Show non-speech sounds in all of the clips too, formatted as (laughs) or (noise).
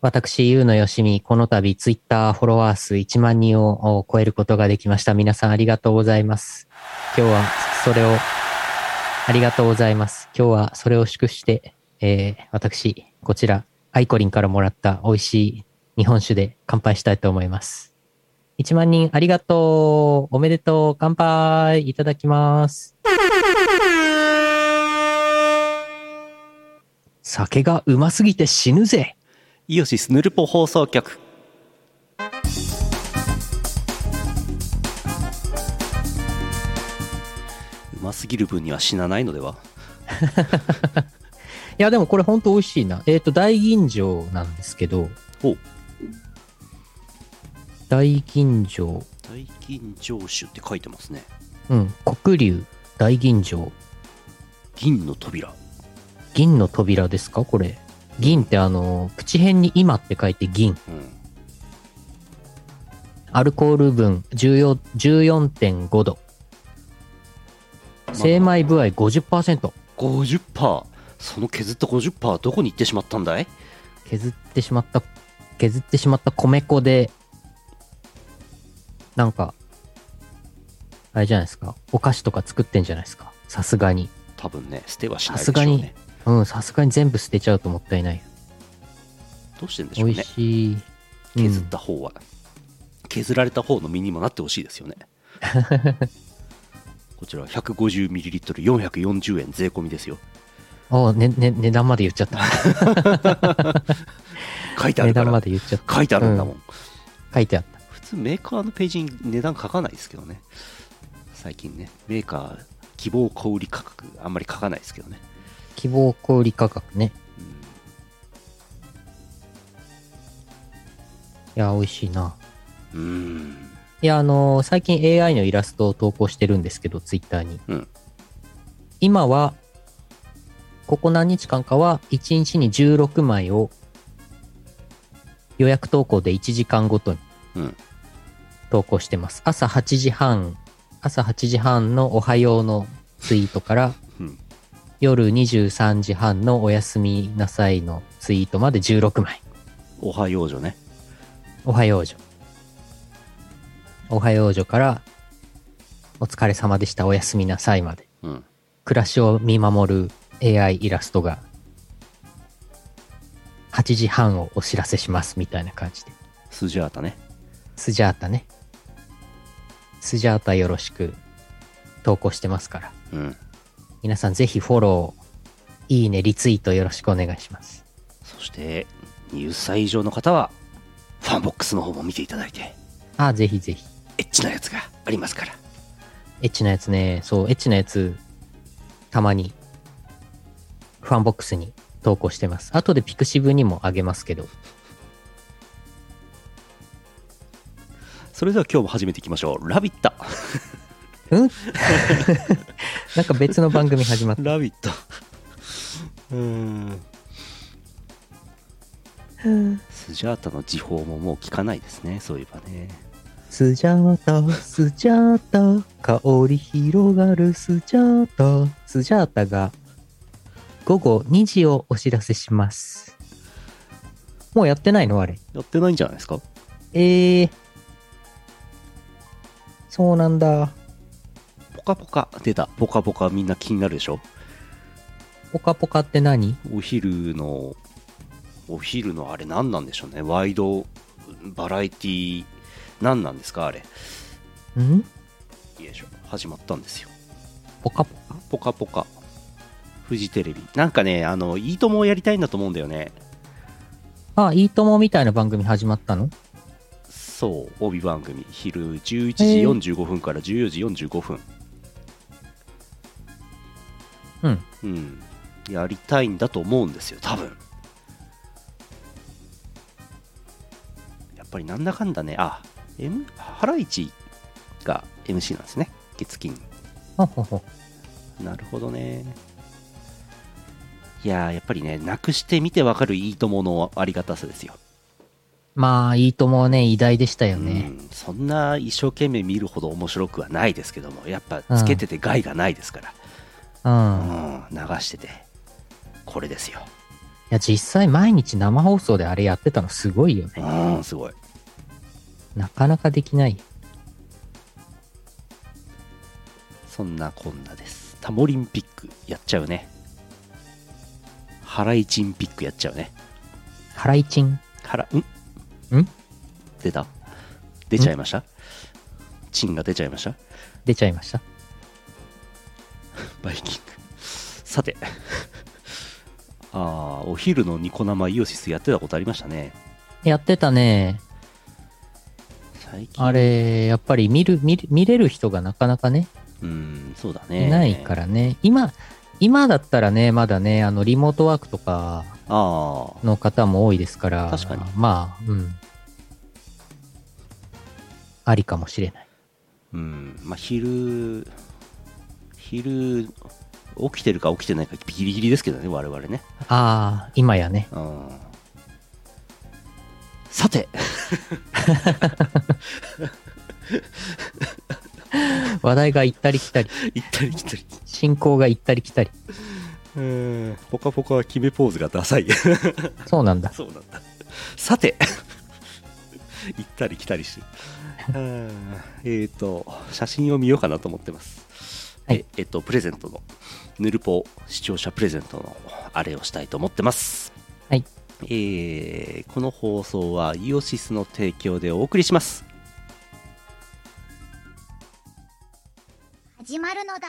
私、ゆうのよしみ、この度、ツイッターフォロワー数1万人を超えることができました。皆さんありがとうございます。今日は、それを、ありがとうございます。今日は、それを祝して、えー私、こちら、アイコリンからもらった美味しい日本酒で乾杯したいと思います。1万人ありがとうおめでとう乾杯いただきます酒がうますぎて死ぬぜイオシスヌルポ放送局うますぎる分には死なないのではいや、でもこれほんと美味しいな。えっ、と、大吟醸なんですけど、お大吟醸、大吟醸酒って書いてますねうん、黒龍、大吟醸、銀の扉銀の扉ですかこれ。銀ってあの、口辺に今って書いて銀。うんアルコール分14 14.5度。精米部合50%。 50%その削った50%はどこに行ってしまったんだい削ってしまった、削ってしまった米粉で、なんか、あれじゃないですか。お菓子とか作ってんじゃないですか。さすがに。多分ね捨てはしないでしさすょがうにねうん、さすがに全部捨てちゃうともったいない。どうしてんでし美ょう味ねしい。うん削った方は、削られた方の身にもなってほしいで (laughs) すよねこちら 150ml440 円税込みですよおうね、ね、値段まで言っちゃった。書いてあ値るか段まらで言っちゃった。書いてあるんだもん、書いてあった。普通メーカーのページに値段書かないですけどね最近ねメーカー希望小売価格あんまり書かないですけどね、希望小売価格ね。うんいや、美味しいな。うーんいや、あのー最近 AI のイラストを投稿してるんですけど、ツイッターに。うん今は、ここ何日間かは、1日に16枚を、予約投稿で1時間ごとにうん投稿してます。朝8時半、朝8時半のおはようのツイートから、うん夜23時半のおやすみなさいのツイートまで16枚。おはようじょねおはようじょ。おはようじょから、お疲れ様でした、おやすみなさいまで。うん暮らしを見守る AI イラストが、8時半をお知らせしますみたいな感じで。スジャータねスジャータね。スジャータよろしく投稿してますから。うん皆さんぜひフォロー、いいね、リツイートよろしくお願いします。そして20歳以上の方はファンボックスの方も見ていただいてああ、ぜひぜひ。エッチなやつがありますからエッチなやつね。そう、エッチなやつ、たまに、ファンボックスに投稿してます。後でピクシブにもあげますけど。それでは今日も始めていきましょう「ラビッタ」うんなんか別の番組始 (laughs) まっ「 (laughs) ラビッタ」うーんた。スジャータの時報ももう聞かないですねそういえばねスジャータ、スジャータ、香り広がるスジャータ。スジャータが、午後2時をお知らせします。もうやってないのあれ。やってないんじゃないですかえー。そうなんだ。ポカポカ出たポカポカみんな気になるでしょポカポカって何お昼のお昼のあれ何なんでしょうねワイドバラエティー何なんですかあれんよいしょ始まったんですよポカポカポカポカフジテレビなんかねあのいいともをやりたいんだと思うんだよねあ、いいともみたいな番組始まったのそう帯番組昼11時45分から14時45分うん。うんやりたいんだと思うんですよ多分やっぱりなんだかんだねあ、M、ハライチが MC なんですね月金ほほほ。なるほどねいやーやっぱりねなくしてみてわかるいいとものありがたさですよまあ、いいともはね、偉大でしたよね。うん、そんな一生懸命見るほど面白くはないですけどもやっぱつけてて害がないですから、うん。うん、流しててこれですよや、実際毎日生放送であれやってたのすごいよね。うん、すごい。なかなかできない。そんなこんなです。タモリンピックやっちゃうね。ハライチンピックやっちゃうね。ハライチン。ハラ、んん出た出ちゃいましたチンが出ちゃいました出ちゃいました。バイキング。さて。 (laughs) ああ、お昼のニコ生イオシスやってたことありましたね。やってたね。最近。あれ、やっぱり見る、見る見れる人がなかなかね、うん、そうだね。。いないかららね。今、今だったらね、まだね、あの、リモートワークとかああ、の方も多いですから、確かにまあ、うん。ありかもしれない。うん。まあ、昼、昼、起きてるか起きてないかギリギリですけどね、我々ね。ああ、今やね。うん。さて、 (laughs) 話題が行ったり来たり、行ったり来たり。進行が行ったり来たり。うん、ぽかぽかは決めポーズがダサい。そうなんだ。そうなんだ。さて、 (laughs) 行ったり来たりして。あーえっ、と、写真を見ようかなと思ってます。はいええっ、と、プレゼントの、ヌルポ視聴者プレゼントのあれをしたいと思ってます。はい。えーこの放送はイオシスの提供でお送りします。始まるのだ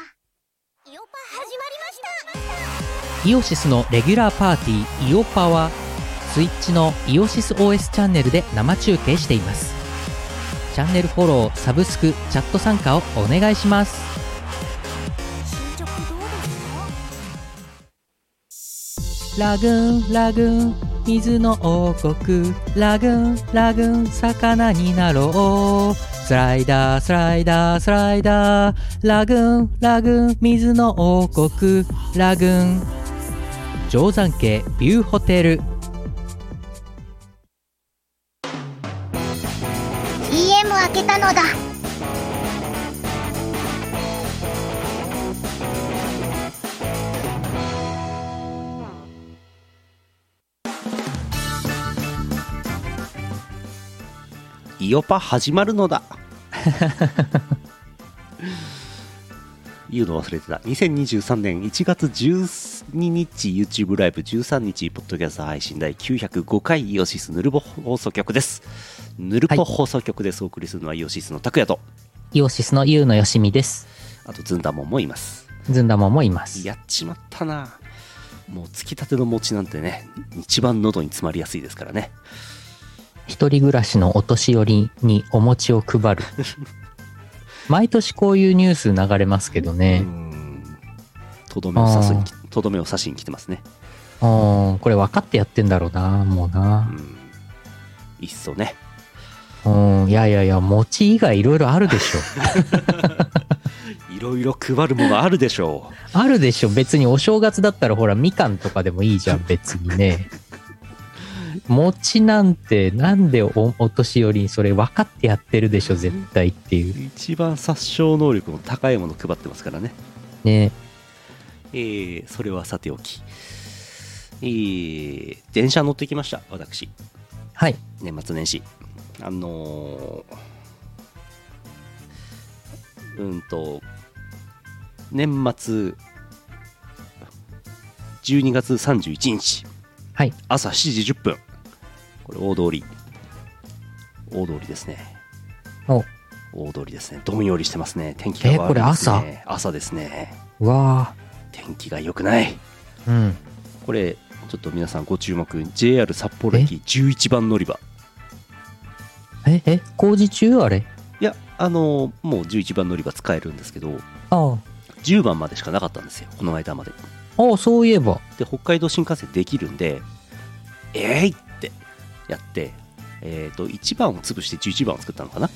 イオパ始まりましたイオシスのレギュラーパーティーイオパはスイッチのイオシス OS チャンネルで生中継していますチャンネルフォローサブスクチャット参加をお願いします進捗どうですかラグーンラグーン水の王国ラグーンラグーン魚になろうスライダースライダースライダーラグーンラグーン水の王国ラグーン定山渓ビューホテル EM 開けたのだイオパ始まるのだ言うの忘れてた2023年1月12日 YouTube ライブ13日ポッドキャスト配信第905回イオシスヌルボ放送局ですヌルはポい放送局です、お送りするのはイオシスの拓也とイオシスのユウのよしみですあとずんだもんもいますずんだもんもいます。やっちまったなもうつきたての餅なんてね一番喉に詰まりやすいですからね一人暮らしのお年寄りにお餅を配 (laughs) る。毎年こういうニュース流れますけどうーね。んとどめを刺すにきとどめを刺しに来てますねうん、これ分かってやってんだろうな、もうな。うんいっそねうん、いやいやいや、餅以外いろいろあるで (laughs) しょ。いろいろ配るものあるでしょうあるでしょ、別にお正月だったらほら、みかんとかでもいいじゃん、別にね。餅なんて、なんでおお年寄りにそれ分かってやってるでしょ、絶対っていう。一番殺傷能力の高いもの配ってますからねね。えーそれはさておきえー電車乗ってきました私はい。年末年始あのーうんと年末12月31日はい。朝7時10分これ大通り大通りですねお、大通りですねどんよりしてますね天気が悪いです、ね、えこれ朝朝ですねうわ天気が良くないーうん。これちょっと皆さんご注目 JR 札幌駅11番乗り場え、え、工事中あれいやあのもう11番乗り場使えるんですけどああ。 10番までしかなかったんですよこの間までああ、そういえば。で北海道新幹線できるんでえいってやってえっ、と1番を潰して11番を作ったのかな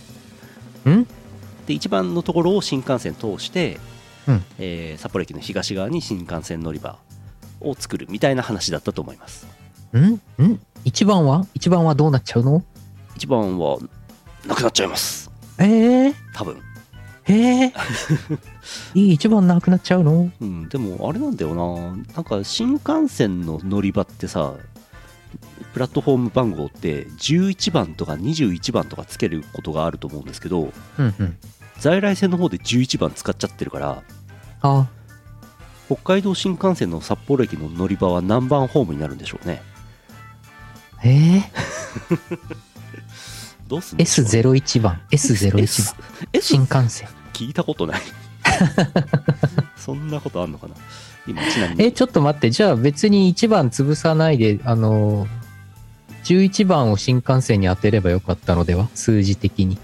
んで1番のところを新幹線通して、うんえー札幌駅の東側に新幹線乗り場を作るみたいな話だったと思いますんん一番は一番はどうなっちゃうの1番はなくなっちゃいますええ多分へえ。 (laughs) いい一番なくなっちゃうのうん、でもあれなんだよななんか新幹線の乗り場ってさプラットフォーム番号って11番とか21番とかつけることがあると思うんですけどうんうん。在来線の方で11番使っちゃってるからあ北海道新幹線の札幌駅の乗り場は何番ホームになるんでしょうねへえ。どうすんの S01 番。S01 番。 S 新幹線。聞いたこと (laughs) ないそんなことあんのかな今ちなみにえ、ちょっと待って。じゃあ別に1番潰さないで、あの、11番を新幹線に当てればよかったのでは数字的に。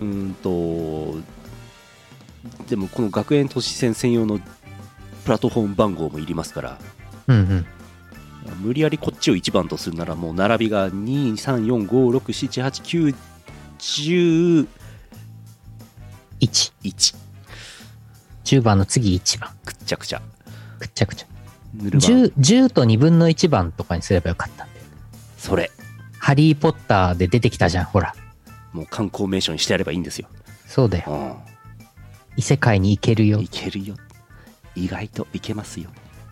うーんとでもこの学園都市線専用のプラットフォーム番号もいりますからうんうん。無理やりこっちを1番とするならもう並びが234567891 1。10番の次1番。くっちゃくちゃくっちゃくちゃ。ぬるま 10, 10と2分の1番とかにすればよかったんだよ。それハリー・ポッターで出てきたじゃん、ほら。もう観光名所にしてやればいいんですよ、そうだよ。う異世界に行けるよん、い。けるよ意外といけますよ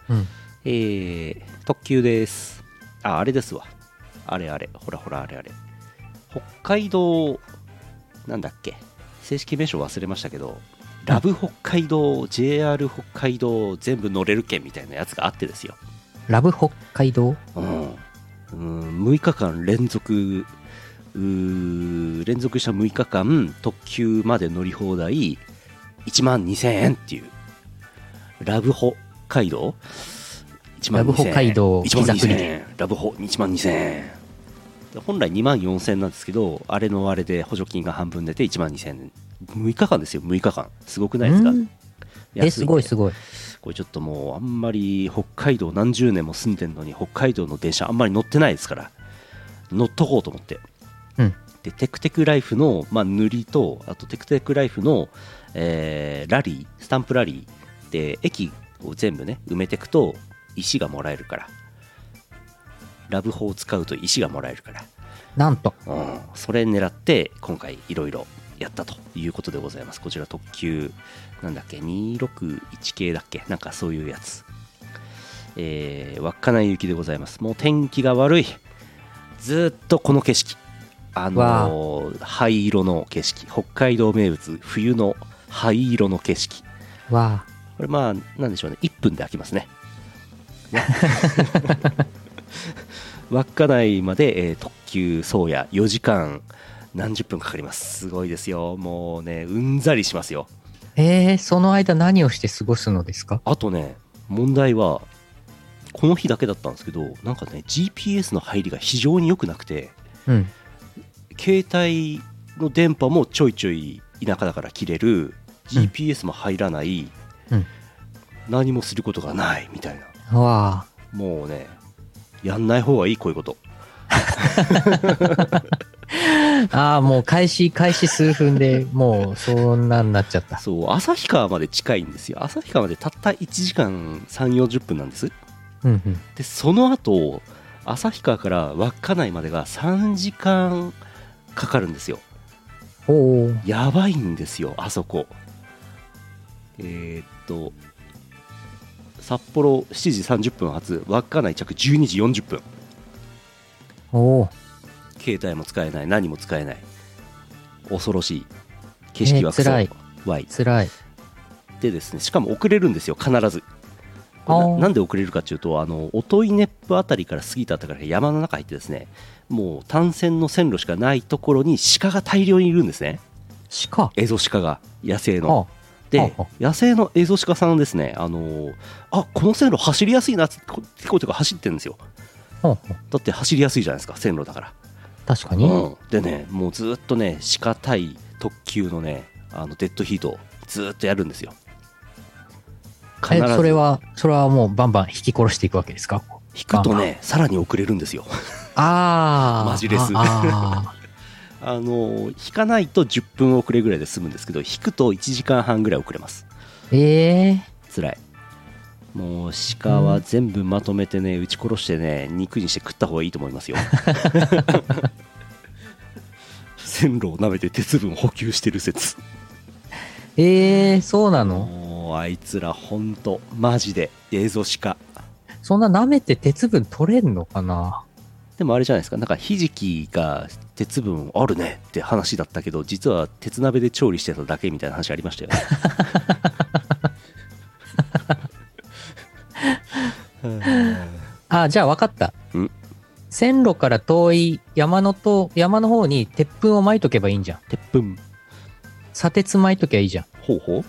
うん。えー、特急です。あ、あれですわ。あれあれ、ほらほらあれあれ。北海道、なんだっけ、正式名称忘れましたけど、ラブ北海道、JR 北海道、全部乗れる券みたいなやつがあってですよ。ラブ北海道うん。うん、6日間連続、うー連続した6日間、特急まで乗り放題、1万2000円っていう。ラブ北海道1ラブ北海道1万膝栗2000円。ラブホ1万2000円。本来2万4000円なんですけど、あれのあれで補助金が半分出て1万2000円。6日間ですよ、6日間。すごくないですかうんえ、すごいすごいごい。これちょっともうあんまり北海道何十年も住んでんのに北海道の電車あんまり乗ってないですから乗っとこうと思って、うんでテクテクライフの、まあ、塗りとあとテクテクライフの、えーラリースタンプラリーで駅を全部ね埋めていくと石がもらえるからラブホを使うと石がもらえるから、なんと。うん、それ狙って今回いろいろやったということでございますこちら特急なんだっけ261系だっけなんかそういうやつえー、稚内行きでございますもう天気が悪いずーっとこの景色あのー灰色の景色北海道名物冬の灰色の景色わあ。これまあなんでしょうね1分で飽きますね稚内まで、えー特急宗谷4時間何十分かかりますすごいですよもうねうんざりしますよえー、その間何をして過ごすのですかあとね問題はこの日だけだったんですけどなんかね GPS の入りが非常に良くなくてうん。携帯の電波もちょいちょい田舎だから切れる GPS も入らない、うん何もすることがないみたいなわあ。もうねやんない方がいいこういうことああ、もう開始、開始数分でもうそんなになっちゃった。そう旭川まで近いんですよ旭川までたった1時間3 4 0分なんですうんうん。でその後旭川から稚内までが3時間かかるんですよおお。やばいんですよあそこえーっと札幌7時30分発稚内着12時40分おお。携帯も使えない何も使えない恐ろしい景色はクソ、えー辛いわいつらい。でですねしかも遅れるんですよ必ずあーななんで遅れるかというとあの音威熱風あたりから過ぎたあたりから山の中入ってですねもう単線の線路しかないところに鹿が大量にいるんですね鹿エゾシカが野生のあでああ野生のエゾシカさんですねあのあこの線路走りやすいなってここうとか走ってるんですよあ、ああだって走りやすいじゃないですか線路だから確かに。うん、でねもうずっとね鹿対特急のねあのデッドヒートをずっとやるんですよえ、それは、それはもうバンバン引き殺していくわけですか引くとねさらに遅れるんですよ (laughs) ああ。マジレスああの引かないと10分遅れぐらいで済むんですけど引くと1時間半ぐらい遅れますーええつらいもう鹿は全部まとめてね撃ち殺してね肉にして食った方がいいと思いますよ線路を舐めて鉄分補給してる説えー、そうなのもうあいつらほんとマジで映像しかそんな舐めて鉄分取れんのかなでもあれじゃないですかなんかひじきが鉄分あるねって話だったけど実は鉄鍋で調理してただけみたいな話ありましたよねあ、じゃあ分かったん。線路から遠い山のと、山の方に鉄粉を撒いとけばいいんじゃん。鉄分砂鉄撒いときゃいいじゃん。ほうほう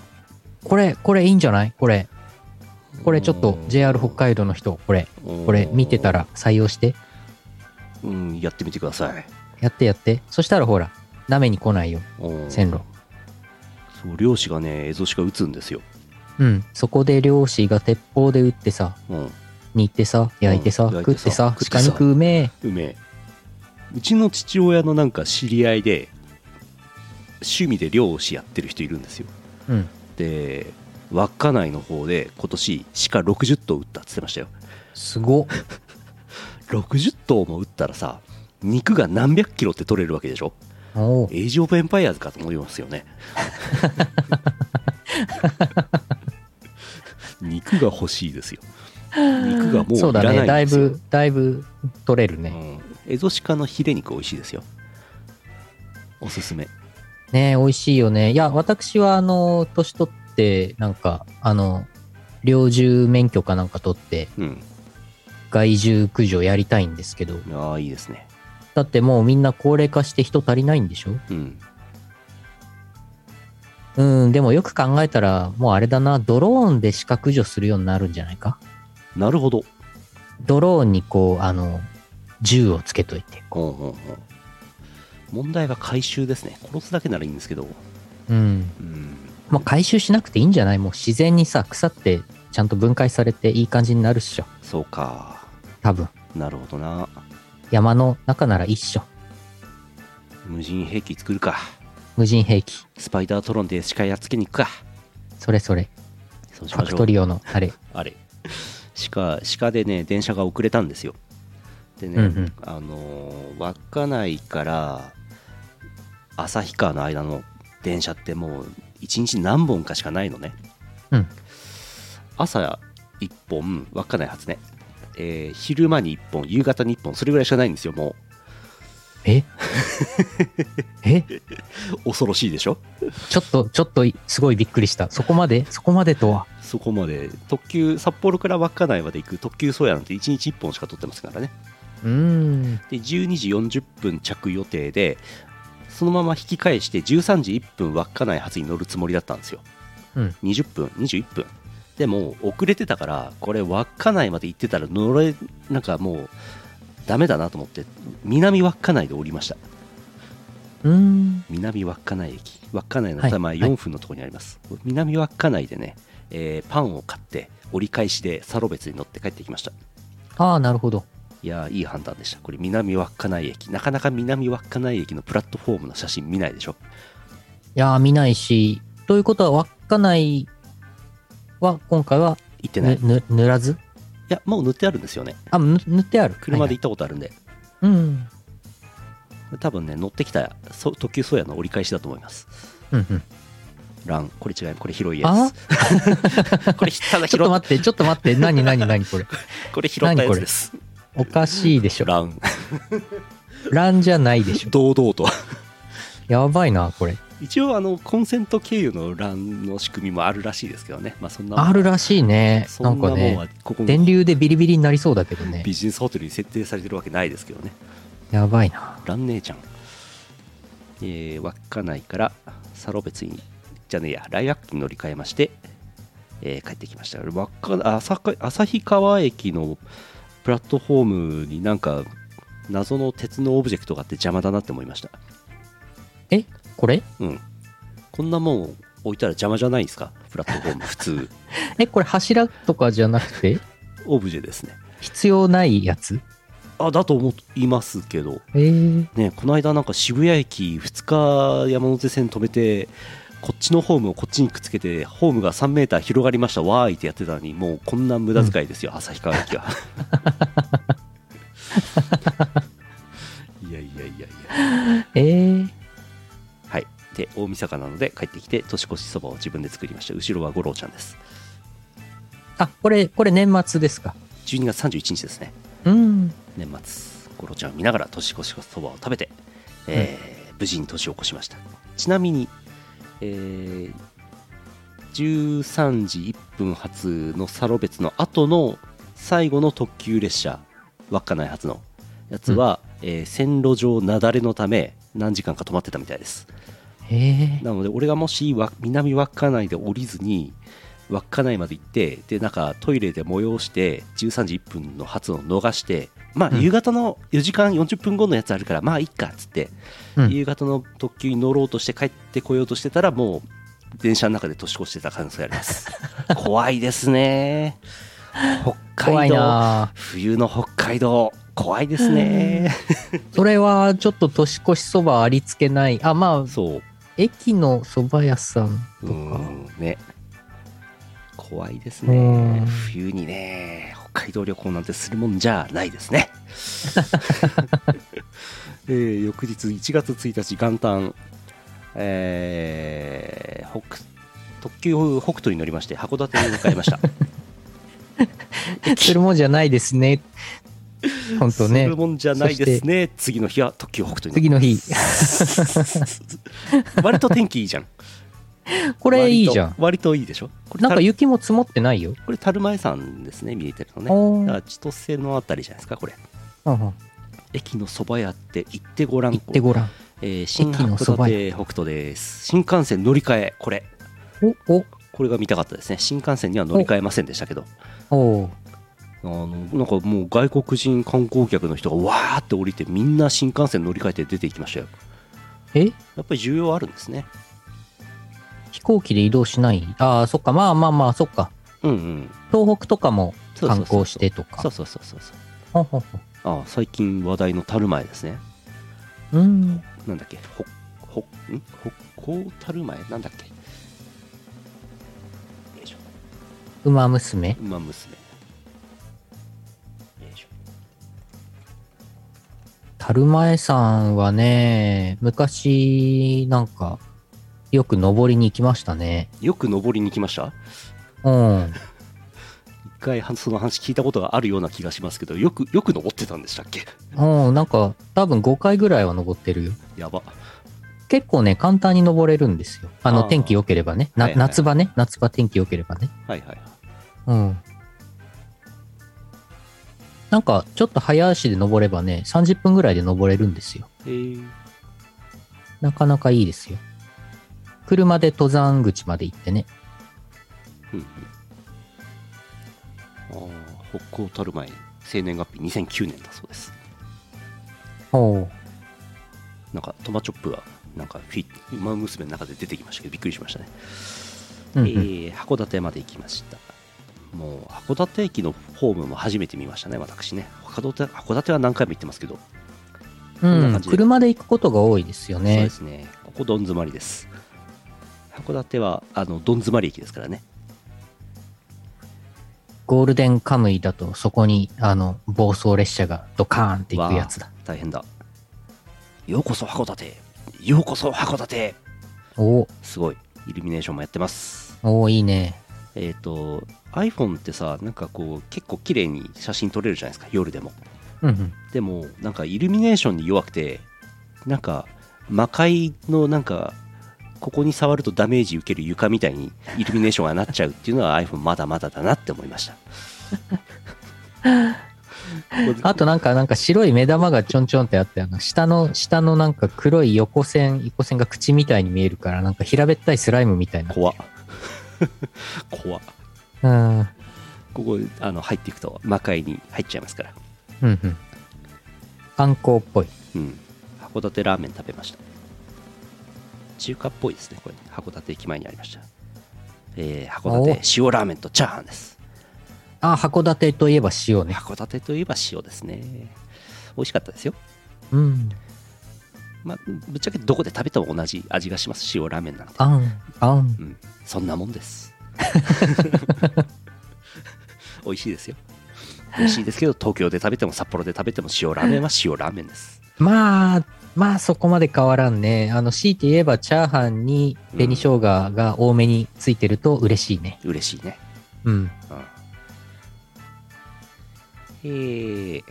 これ、これいいんじゃないこれ。これちょっと JR 北海道の人、これ、これ見てたら採用して。うんやってみてくださいやってやって。そしたらほら、舐めに来ないよ、うん線路。そう漁師がねエゾシカ撃つんですよ、うん。そこで漁師が鉄砲で撃ってさ、うん、煮てさ、焼いてさ、うん焼食いっててささ、食って鹿さ肉うめえ。うめえうちの父親のなんか知り合いで趣味で漁師やってる人いるんですようん。で稚内の方で今年鹿60頭撃ったっつってましたよす (laughs) ごっ。 60頭も撃ったらさ肉が何百キロって取れるわけでしょおうエイジ・オブ・エンパイアーズかと思いますよね (laughs) 肉が欲しいですよ肉がもういそうだらね。なだいいんですよぶ、だいぶ取れるね。うん、エゾシカのヒレ肉美味しいですよおすすめね美味しいよね。いや、私は、あの、年取って、なんか、あの、猟銃免許かなんか取って、うん害獣駆除やりたいんですけど、ああいいですねだってもうみんな高齢化して人足りないんでしょうんうん、でもよく考えたら、もうあれだな、ドローンで視覚除するようになるんじゃないかなるほどドローンにこう、あの、銃をつけといて。うんうんうん問題は回収ですね殺すだけならいいんですけどうん。うんまあ、回収しなくていいんじゃないもう自然にさ、腐って、ちゃんと分解されていい感じになるっしょ。そうか多分。なるほどな山の中なら一緒。無人兵器作るか無人兵器。スパイダートロンで鹿やっつけに行くかそれそれ。そうしファましクょうトリオのあれ。あれ鹿鹿でね電車が遅れたんですよでね、うんうんあのー稚内から旭川の間の電車ってもう1日何本かしかないのねうん朝1本稚内発ね、えー昼間に1本夕方に1本それぐらいしかないんですよもええう (laughs) 恐ろしいでしょちょっと、ちょっと、すごいびっくりした。そこまでそこまでとは。そこまで特急札幌から稚内まで行く特急ソヤなんて1日1本しか取ってますからねうーん。で12時40分着予定でそのまま引き返して13時1分稚内発に乗るつもりだったんですよ、うん20分21分でも遅れてたからこれ稚内まで行ってたら乗れなんかもうダメだなと思って南稚内で降りましたうーん。南稚内駅稚内の手は前いはい4分のところにあります、南稚内でね、えーパンを買って折り返しでサロベツに乗って帰ってきましたああ、なるほど。いやーいい判断でした。これ、南稚内駅。なかなか南稚内駅のプラットフォームの写真見ないでしょ。いやー、見ないし。ということは、稚内は、今回は行ってない。ぬ、いぬ、塗らずや、もう塗ってあるんですよね。あ、ぬ塗ってある。車ではい行ったことあるんで。はい。うん。多分ね、乗ってきたそ特急ソヤの折り返しだと思います。うんうん。ラン。これ違い、これ広いやつ。 (laughs) これ、ただち拾ょっとっ待って、ちょっと待って。なになになにこれ。これ拾ったやつです。おかしいでしょ。 (laughs) ラン。乱じゃないでしょ。堂々と。やばいな、これ。一応、あの、コンセント経由のランの仕組みもあるらしいですけどね。まあ、そんなもんあるらしいね。なそんんなかもんね、は、ここ電の流でビリビリになりそうだけどね。ビジネスホテルに設定されてるわけないですけどね。やばいな。蘭姉ちゃん、えー、稚内からサロベツにじゃねえやライアックに乗り換えまして、えー帰ってきました稚内朝旭川駅のプラットフォームになんか謎の鉄のオブジェクトがあって邪魔だなって思いましたこれうんこんなもん置いたら邪魔じゃないですかプラットフォーム普通え、これ柱とかじゃなくてオブジェですね必要ないやつあだと思いますけどえー、ねこの間なんか渋谷駅2日山手線止めてこっちのホームをこっちにくっつけてホームが3メーター広がりましたわーいってやってたのにもうこんな無駄遣いですよ旭川駅はいやいやいやいやえー、はいで大晦日なので帰ってきて年越しそばを自分で作りました後ろは五郎ちゃんですあ、これ、これ年末ですか。 12月31日ですねうん。年末ゴロちゃんを見ながら年越しそばを食べて、えー無事に年を越しましたちなみに、えー13時1分発のサロベツの後の最後の特急列車稚内発のやつは、えー線路上雪崩のため何時間か止まってたみたいですへえ。なので俺がもしわ南稚内で降りずに稚内まで行ってでなんかトイレで催して13時1分の発音を逃してまあうん夕方の4時間40分後のやつあるからまあいっかっつって、うん。夕方の特急に乗ろうとして帰ってこようとしてたらもう電車の中で年越してた可能性あります (laughs) 怖いですね北怖海い道なあ冬の北海道怖いですね、それはちょっと年越しそばありつけない。あ、まあ、そう駅のそば屋さんとうか。んね怖いですうんね冬にね北海道旅行なんてするもんじゃないです (laughs) ねえー翌日1月1日元旦、えー北特急北斗に乗りまして函館に向かいま (laughs) したするもんじゃないですね。本当すねる。もんじゃないですね次の日は特急北斗に次の日。 (laughs) 割と天気いいじゃんこれいいじゃん。割と割といいでしょこれなんたか雪も積もってないよ。これ樽前山ですね見えてるのねおーだから千歳のあたりじゃないですかこれうんうん駅のそば屋って行ってごらん行ってごらん。えー新駅の函そば館北斗です新幹線乗り換えこれお、お、これが見たかったですね新幹線には乗り換えませんでしたけどおうあのなんかもう外国人観光客の人がわーって降りてみんな新幹線乗り換えて出ていきましたよえやっぱり需要あるんですね飛行機で移動しないああ、そっか。まあまあまあ、そっか。うんうん東北とかもそうそ観うそう光してとそかう。そうそうそうそうほんほんほんあ最近話題の樽前ですねうん。なんだっけほほんほこうたる前なんだっけよいしょ馬娘ウマ娘よいしょ樽前さんはね、昔、なんか、よく登りに行きましたね。よく登りに来ましたうん。一回はその話聞いたことがあるような気がしますけどよくよく登ってたんでしたっけうん、なんか、多分5回ぐらいは登ってるよ。やば結構ね、簡単に登れるんですよ。あの、あー天気良ければね。なはいはいはい夏場ね。夏場天気良ければね。はいはいうん。なんか、ちょっと早足で登ればね、30分ぐらいで登れるんですよ。えー、なかなかいいですよ。車で登山口まで行ってね。うんうんああ北高たる前生年月日2009年だそうですおうなんかトマチョップはなんかフィウマ娘の中で出てきましたけどびっくりしましたねうんえうん。ー函館まで行きましたもう函館駅のホームも初めて見ましたね私ね函館函館は何回も行ってますけど、うんな感じでん、車で行くことが多いですよそうねで。すねここどん詰まりです函館はあのどん詰まり駅ですからねゴールデンカムイだと、そこに、あの、暴走列車がドカーンって行くやつだ。大変だようこそ函館ようこそ函館おーすごいイルミネーションもやってますおーいいね。えっ、と iPhone ってさなんかこう結構綺麗に写真撮れるじゃないですか夜でもうんうん。でもなんかイルミネーションに弱くてなんか魔界のなんかここに触るとダメージ受ける床みたいにイルミネーションがなっちゃうっていうのは (laughs) iPhone まだまだだなって思いました (laughs) あとなんか、なんか白い目玉がちょんちょんってあって、あの、下の、下のなんか黒い横線、横線が口みたいに見えるから、なんか平べったいスライムみたいな。怖っ (laughs) 怖っうん。うんここあの入っていくと魔界に入っちゃいますからうん。観光っぽい。うん函館ラーメン食べました中華っぽいですねこれね函館駅前にありましたえー函館塩ラーメンとチャーハンですあ、函館といえば塩ね。函館といえば塩ですね美味しかったですよ、うん。まあ、ぶっちゃけどこで食べても同じ味がします塩ラーメンなんてあん、あん。うん、そんなもんです (laughs) 美味しいですよ美味しいですけど東京で食べても札幌で食べても塩ラーメンは塩ラーメンですまあ、まあそこまで変わらんね。あの、強いて言えばチャーハンに紅生姜が多めについてると嬉しいね。嬉しいね。うん。うん。えー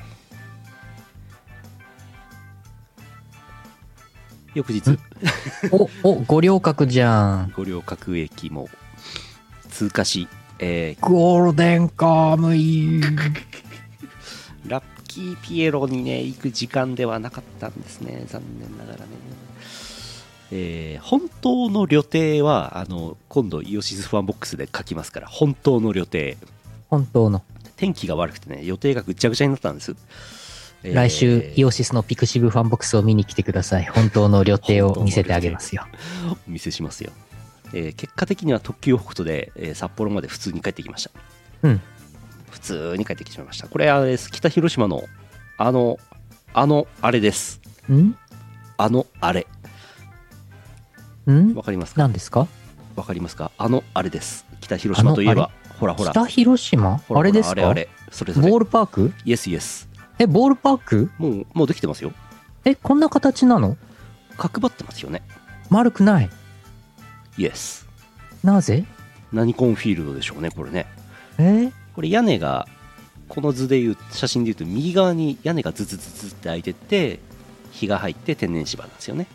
翌日ん、お、お、五稜郭じゃん。五稜郭駅も通過し、えゴールデンカムイ。ーラッキーピエロにね、行く時間ではなかったんですね。残念ながらね。えー本当の旅程は、あの、今度、イオシスファンボックスで書きますから、本当の旅程。本当の。天気が悪くてね、予定がぐっちゃぐちゃになったんです。えー来週、イオシスのピクシブファンボックスを見に来てください。本当の予定を見せてあげますよ。お見せしますよ、えー結果的には特急北斗で、えー札幌まで普通に帰ってきましたうん普通に帰ってきてしまいましたこれあれです北広島のあのあのあれですんあのあれんわかりますか何ですかわかりますかあのあれです北広島といえばほらほら北広島ほらほらあれですあれかあれそれそれボールパークイエスイエスえ、ボールパークもうもうできてますよえ、こんな形なの角張ってますよね丸くない。イエスなぜ何コンフィールドでしょうねこれねえこれ屋根がこの図でいう写真でいうと右側に屋根がズズズズって開いてって日が入って天然芝なんですよね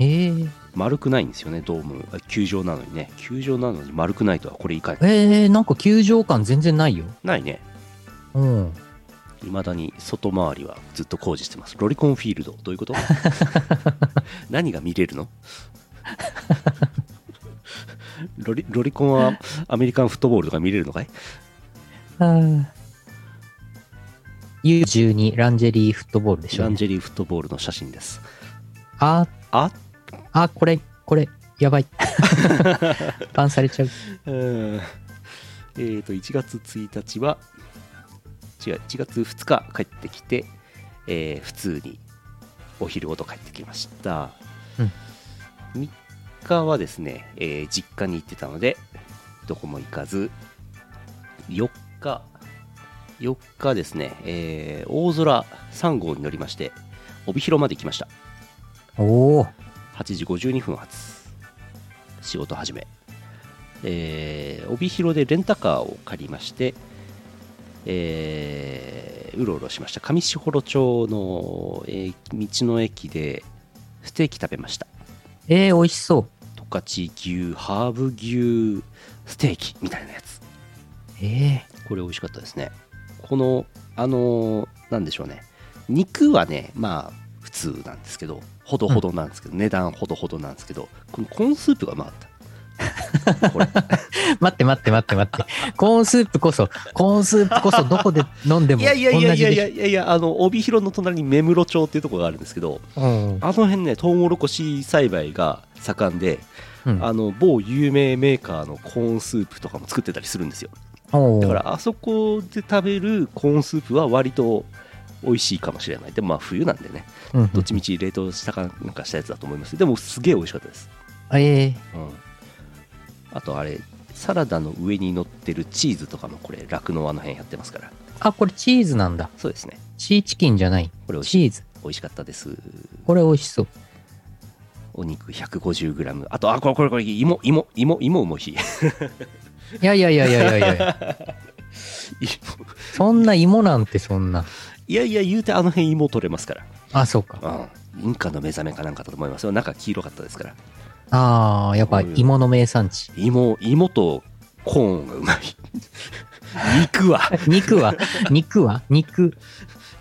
えー、丸丸くないんですよねドームあ球場なのにね球場なのに丸くないとはこれいかないえー、なんか球場感全然ないよ。ないねうん。未だに外回りはずっと工事してますロリコンフィールドどういうこと何が見れるのロリロリコンはアメリカンフットボールとか見れるのかい U12 ランジェリーフットボールでしラょン。ジェリーフットボールの写真ですあ、ああ、これ、これ、や (laughs) ばい。バンされちゃう。うんえー、と1月1日は違う1月2日帰ってきて、えー普通にお昼ごと帰ってきました、うん3日はですね、えー実家に行ってたのでどこも行かず4日4日ですね、えー大空3号に乗りまして帯広まで行きましたおお。 8時52分発仕事始め、えー帯広でレンタカーを借りまして、えーうろうろしました上士幌町の、えー道の駅でステーキ食べましたえー、美味しそう。十勝牛ハーブ牛ステーキみたいなやつえこれ美味しかったですねこのあのーなんでしょうね肉はねまあ普通なんですけどほどほどなんですけど、値段ほどほどなんですけどこのコーンスープがうまかったこれえ待って待って待って待って。コーンスープこそ、コーンスープこそどこで飲んでもい同やじでいやしょ。いやいやいやいやいやあの帯広の隣に目室町っていうところがあるんですけどうん。あの辺ねトウモロコシ栽培が盛んで、うんあの某有名メーカーのコーンスープとかも作ってたりするんですよおだかーらあそこで食べるコーンスープは割と美味しいかもしれないでもまあ冬なんでねうんうんどっちみち冷凍したかなんかしたやつだと思いますでもすげえ美味しかったです、えー、うん、あとあれサラダの上に乗ってるチーズとかもこれ酪農あの辺やってますからあ、これチーズなんだ。そうですねシーチキンじゃない。これ美味しチいーズ。美味しかったですこれ美味しそう。お肉 150g あとあこれこれこれ芋芋芋芋もひいやいやいやいやいやいや。そんな芋なんてそんな。 (laughs) いやいや言うてあの辺芋取れますからあ、そうか。うんインカの目覚めかなんかだと思いますよ中黄色かったですからああ、やっぱ芋の名産地。芋芋とコーンがうまい (laughs) 肉は肉 (laughs) は、肉は、肉、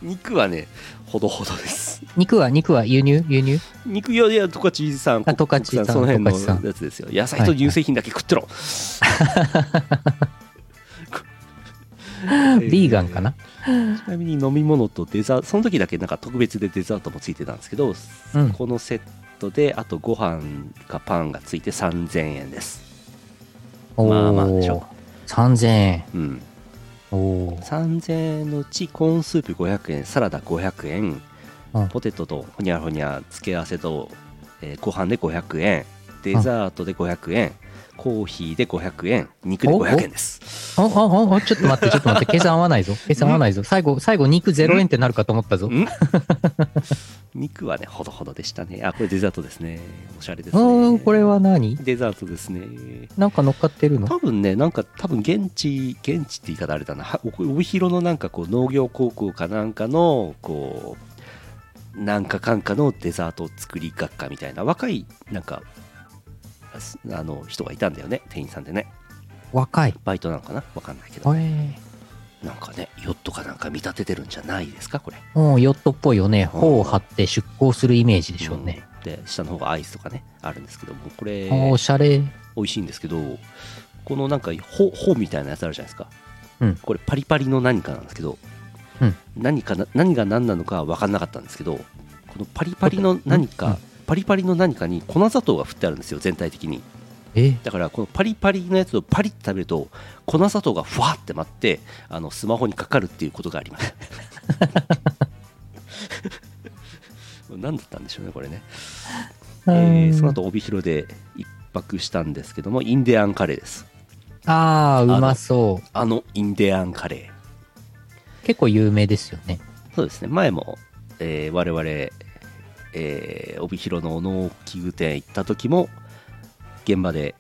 肉はねほどほどです肉は、肉は輸入輸入肉いやいや十勝さんあ十勝さんその辺の十勝さんやつですよ野菜と乳製品だけ食ってろ、 (laughs) ヴィーガンかなちなみに飲み物とデザートその時だけなんか特別でデザートもついてたんですけど、うんこのセットであとご飯かパンがついて3000円ですおまあまあでしょお。3000円。うんおおー。 3000円のうちコーンスープ500円サラダ500円、うんポテトとほにゃほにゃ付け合わせと、えーご飯で500円デザートで500円、コーヒーで500円、肉で500円です。あ、あ、あ、あちょっと待って、ちょっと待って。計算合わない (laughs) ぞ。計算合わないぞ。最後、最後、肉0円ってなるかと思ったぞ。ん肉はね、ほどほどでしたね。あ、これデザートですね。おしゃれですうね。ーん、これは何デザートですね。なんか乗っかってるの多分ね、なんか多分現地、現地って言い方あれだな、はお帯広のなんかこう農業高校かなんかの、こう、なんかかんかのデザート作り学科みたいな若い、なんか、すあの人がいたんだよね、店員さんでね。若い。バイトなのかなわかんないけえど。ー、なんかね、ヨットかなんか見立ててるんじゃないですか、これ。うん、ヨットっぽいよね。帆を張って出港するイメージでしょうね。うん。で、下の方がアイスとかね、あるんですけども、これ、あーおしゃれ。美味しいんですけどこのなんかほほみたいなやつあるじゃないですか、うんこれパリパリの何かなんですけど、うん何かな何が何なのか分かんなかったんですけどこのパリパリの何か、うんうんパリパリの何かに粉砂糖が振ってあるんですよ全体的にえだからこのパリパリのやつをパリって食べると粉砂糖がふわって舞ってあのスマホにかかるっていうことがありました (laughs) 何だったんでしょうねこれねえーその後帯広で一泊したんですけどもインデアンカレーですああ、うまそあのインデアンカレう。結構有名ですよね。ーそうですね前も、えー我々、えー帯広の農機具店行った時も現場で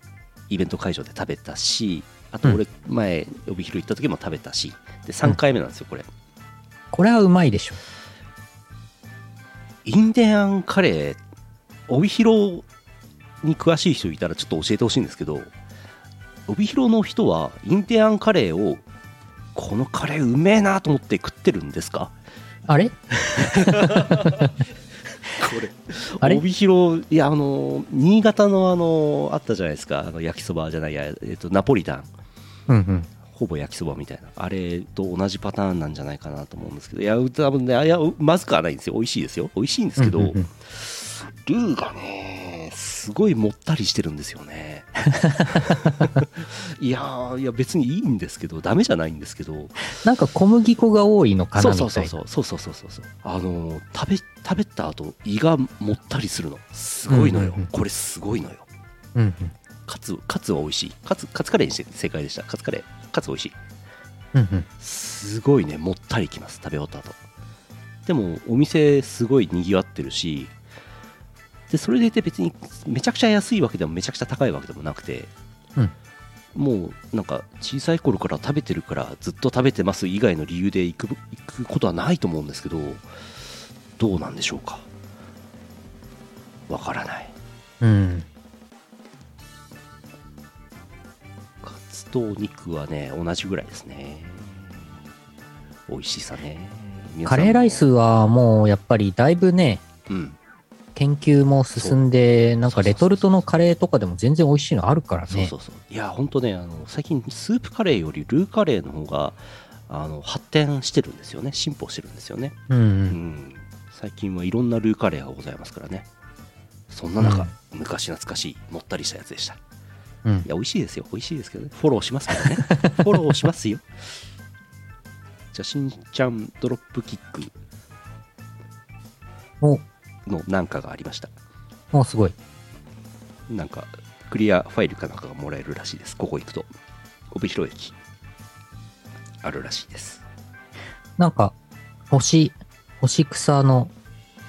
イベント会場で食べたしあと俺前帯広行った時も食べたしで3回目なんですよこれ、これはうまいでしょ。インデアンカレー帯広に詳しい人いたらちょっと教えてほしいんですけど帯広の人はインデアンカレーをこのカレーうめえなと思って食ってるんですかあれこれあれ帯広いやあの新潟のあのあったじゃないですかあの焼きそばじゃないや、えっと、ナポリタンうんうん。ほぼ焼きそばみたいなあれと同じパターンなんじゃないかなと思うんですけどいや多分ねあいやまずくはないんですよ美味しいですよ美味しいんですけど、うんうんうんルーがねすごいもったりしてるんですよ (laughs) ねいやーいや別にいいんですけどダメじゃないんですけどなんか小麦粉が多いのかそなうみたそいうな。そうそうそうそうそうそうあのー食べ食べた後胃がもったりするのすごいのよ、うんうんうんこれすごいのようんカツカツは美味しいカツカツカレーにして正解でしたカツカレーカツ美味しいうん。うんうん。すごいねもったりきます食べ終わった後でもお店すごいにぎわってるしでそれでいて別にめちゃくちゃ安いわけでもめちゃくちゃ高いわけでもなくて、うんもうなんか小さい頃から食べてるからずっと食べてます以外の理由で行く行くことはないと思うんですけどどうなんでしょうかわからないうん。カツとお肉はね同じぐらいですね美味しさね皆さカんもレーライスはもうやっぱりだいぶね、うん研究も進んで、なんかレトルトのカレーとかでも全然美味しいのあるからそうねそ。うそういや本当ねあの最近スープカレーよりルーカレーの方があの発展してるんですよね進歩してるんですよね、うんう。うんん、最近はいろんなルーカレーがございますからねそんな中、昔懐かしいもったりしたやつでしたいうん。や美味しいですよ美味しいですけどねフォローしますから (laughs) ねフォローしますよじゃあしんちゃんドロップキックお、のなんかがありましたもうすごい。なんかクリアファイルかなんかがもらえるらしいですここ行くと帯広駅あるらしいですなんか、星、星草の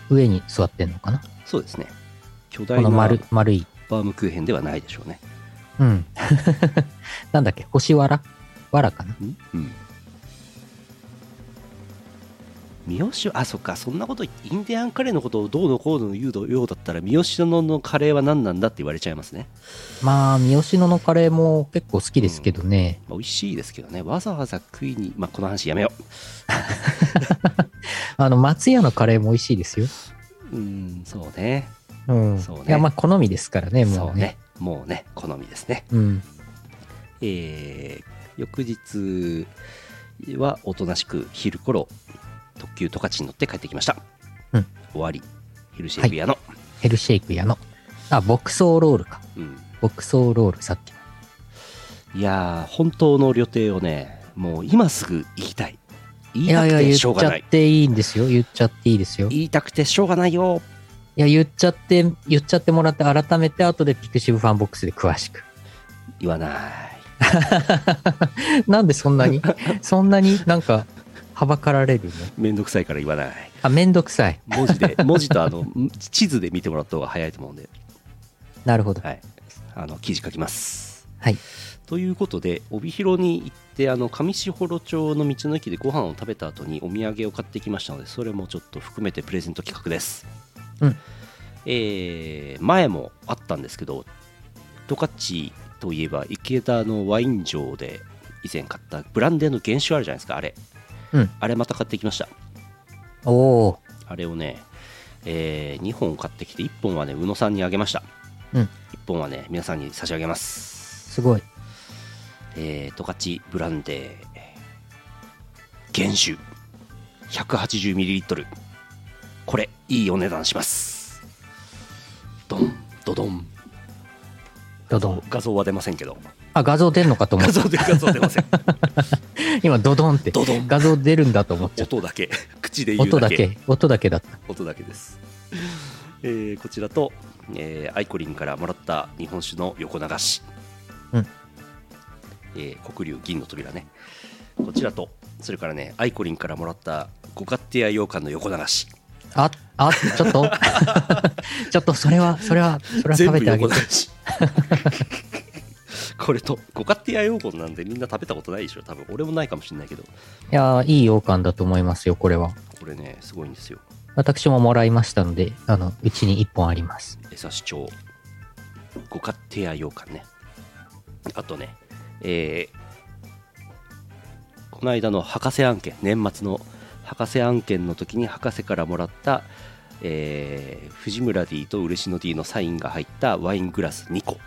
上に座ってんのかなそうですね巨こ大なのバ丸、丸い。ームクーヘンではないでしょうねうん。 (laughs) なんだっけ星わらわらかなうん、うん、三好あそっかそんなことインディアンカレーのことをどうのこうの言うようだったら三好ののカレーは何なんだって言われちゃいますねまあ、三好野のカレーも結構好きですけどね。まあ美味しいですけどねわざわざ食いにまあこの話やめよあの、松屋のカレーも美味しいですよ。ううんそうねうん。そうねいや、まあ、好みですからね、もそううね。ねもうね好みですねうん。えー翌日はおとなしく昼頃特急十勝に乗って帰ってきました、うん終わり昼シェイク屋の、ヘルシェイク屋の。あ、牧草ロールか。うん牧草ロール、さっき。いやー本当の旅程をねもう今すぐ行きたい言いいやたいくや、言てっしちょうがゃないっていいんですよ。言っちゃっていいですよ。い言いたくてしょうがないよや、言っちゃって、言っちゃってもらって、改めて、後でピクシブファンボックスで詳しく。 (laughs) 言わない。なんでそんな (laughs) にそんなになんか、はばかられるのめんどくさいから言わない。あ、めんどくさい。文字で、文字とあ (laughs) の、地図で見てもらった方が早いと思うんで、なるほど。はい。あの、記事書きます。はい。ということで、帯広に行って、あの、上士幌町の道の駅でご飯を食べた後にお土産を買ってきましたので、それもちょっと含めてプレゼント企画です。うんえー前もあったんですけど、十勝といえば池田のワイン場で以前買ったブランデーの原酒あるじゃないですか、あれ。うんあれまた買ってきました。おおあれをね、え2本買ってきて、1本はね、宇野さんにあげました。うん1本はね、皆さんに差し上げます。ー、すごい。えー、十勝ブランデー、原酒、180ml。これ、いいお値段します。ドン、ドドン。ドドン。画像は出ませんけど。あ、画像出んのかと思画った。像で、画像出ません。今、ドドンって。ドドン画像出るんだと思っちゃった。音だけ。口で言う音だだけ。け、音だけだった。音だけです。えーこちらと、えーアイコリンからもらった日本酒の横流し、うんえー黒龍銀の扉ねこちらとそれからねアイコリンからもらった五勝手屋羊羹の横流しあ、あ、ちょっ (laughs) と。ちょっと、それは、それは、それは食べてあげて。し (laughs) これと五勝手屋羊羹なんでみんな食べたことないでしょ多分俺もないかもしれないけどいやーいい羊羹だと思いますよ、これは。これねすごいんですよ私ももらいましたので、あの、うちに一本あります。江差町五勝手屋羊羹ねあとねえーこの間の博士案件年末の博士案件の時に博士からもらった、えー藤村 D と嬉野 D のサインが入ったワイングラス2個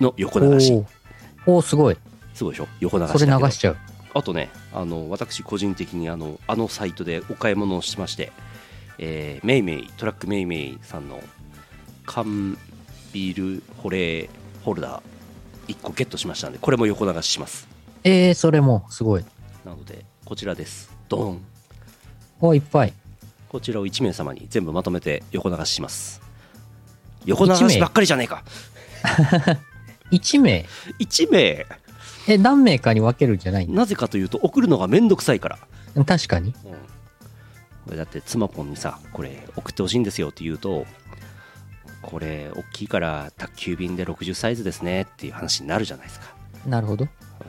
の横流しおーおー、すごい。すごいでしょ横流しだそけれど流しちゃう。あとねあの私個人的にあのあのサイトでお買い物をしまして、えーメイメイトラックメイメイさんの缶ビール保冷ホルダー1個ゲットしましたんでこれも横流ししますえー、それも、すごい。なのでこちらですドーンおー、いっぱい。こちらを1名様に全部まとめて横流しします横流しばっかりじゃねえか1名。 1名え、何名かに分けるんじゃないんだなぜかというと送るのがめんどくさいから確かに。うんこれだって妻ポンにさこれ送ってほしいんですよって言うとこれ大きいから宅急便で60サイズですねっていう話になるじゃないですかなるほど。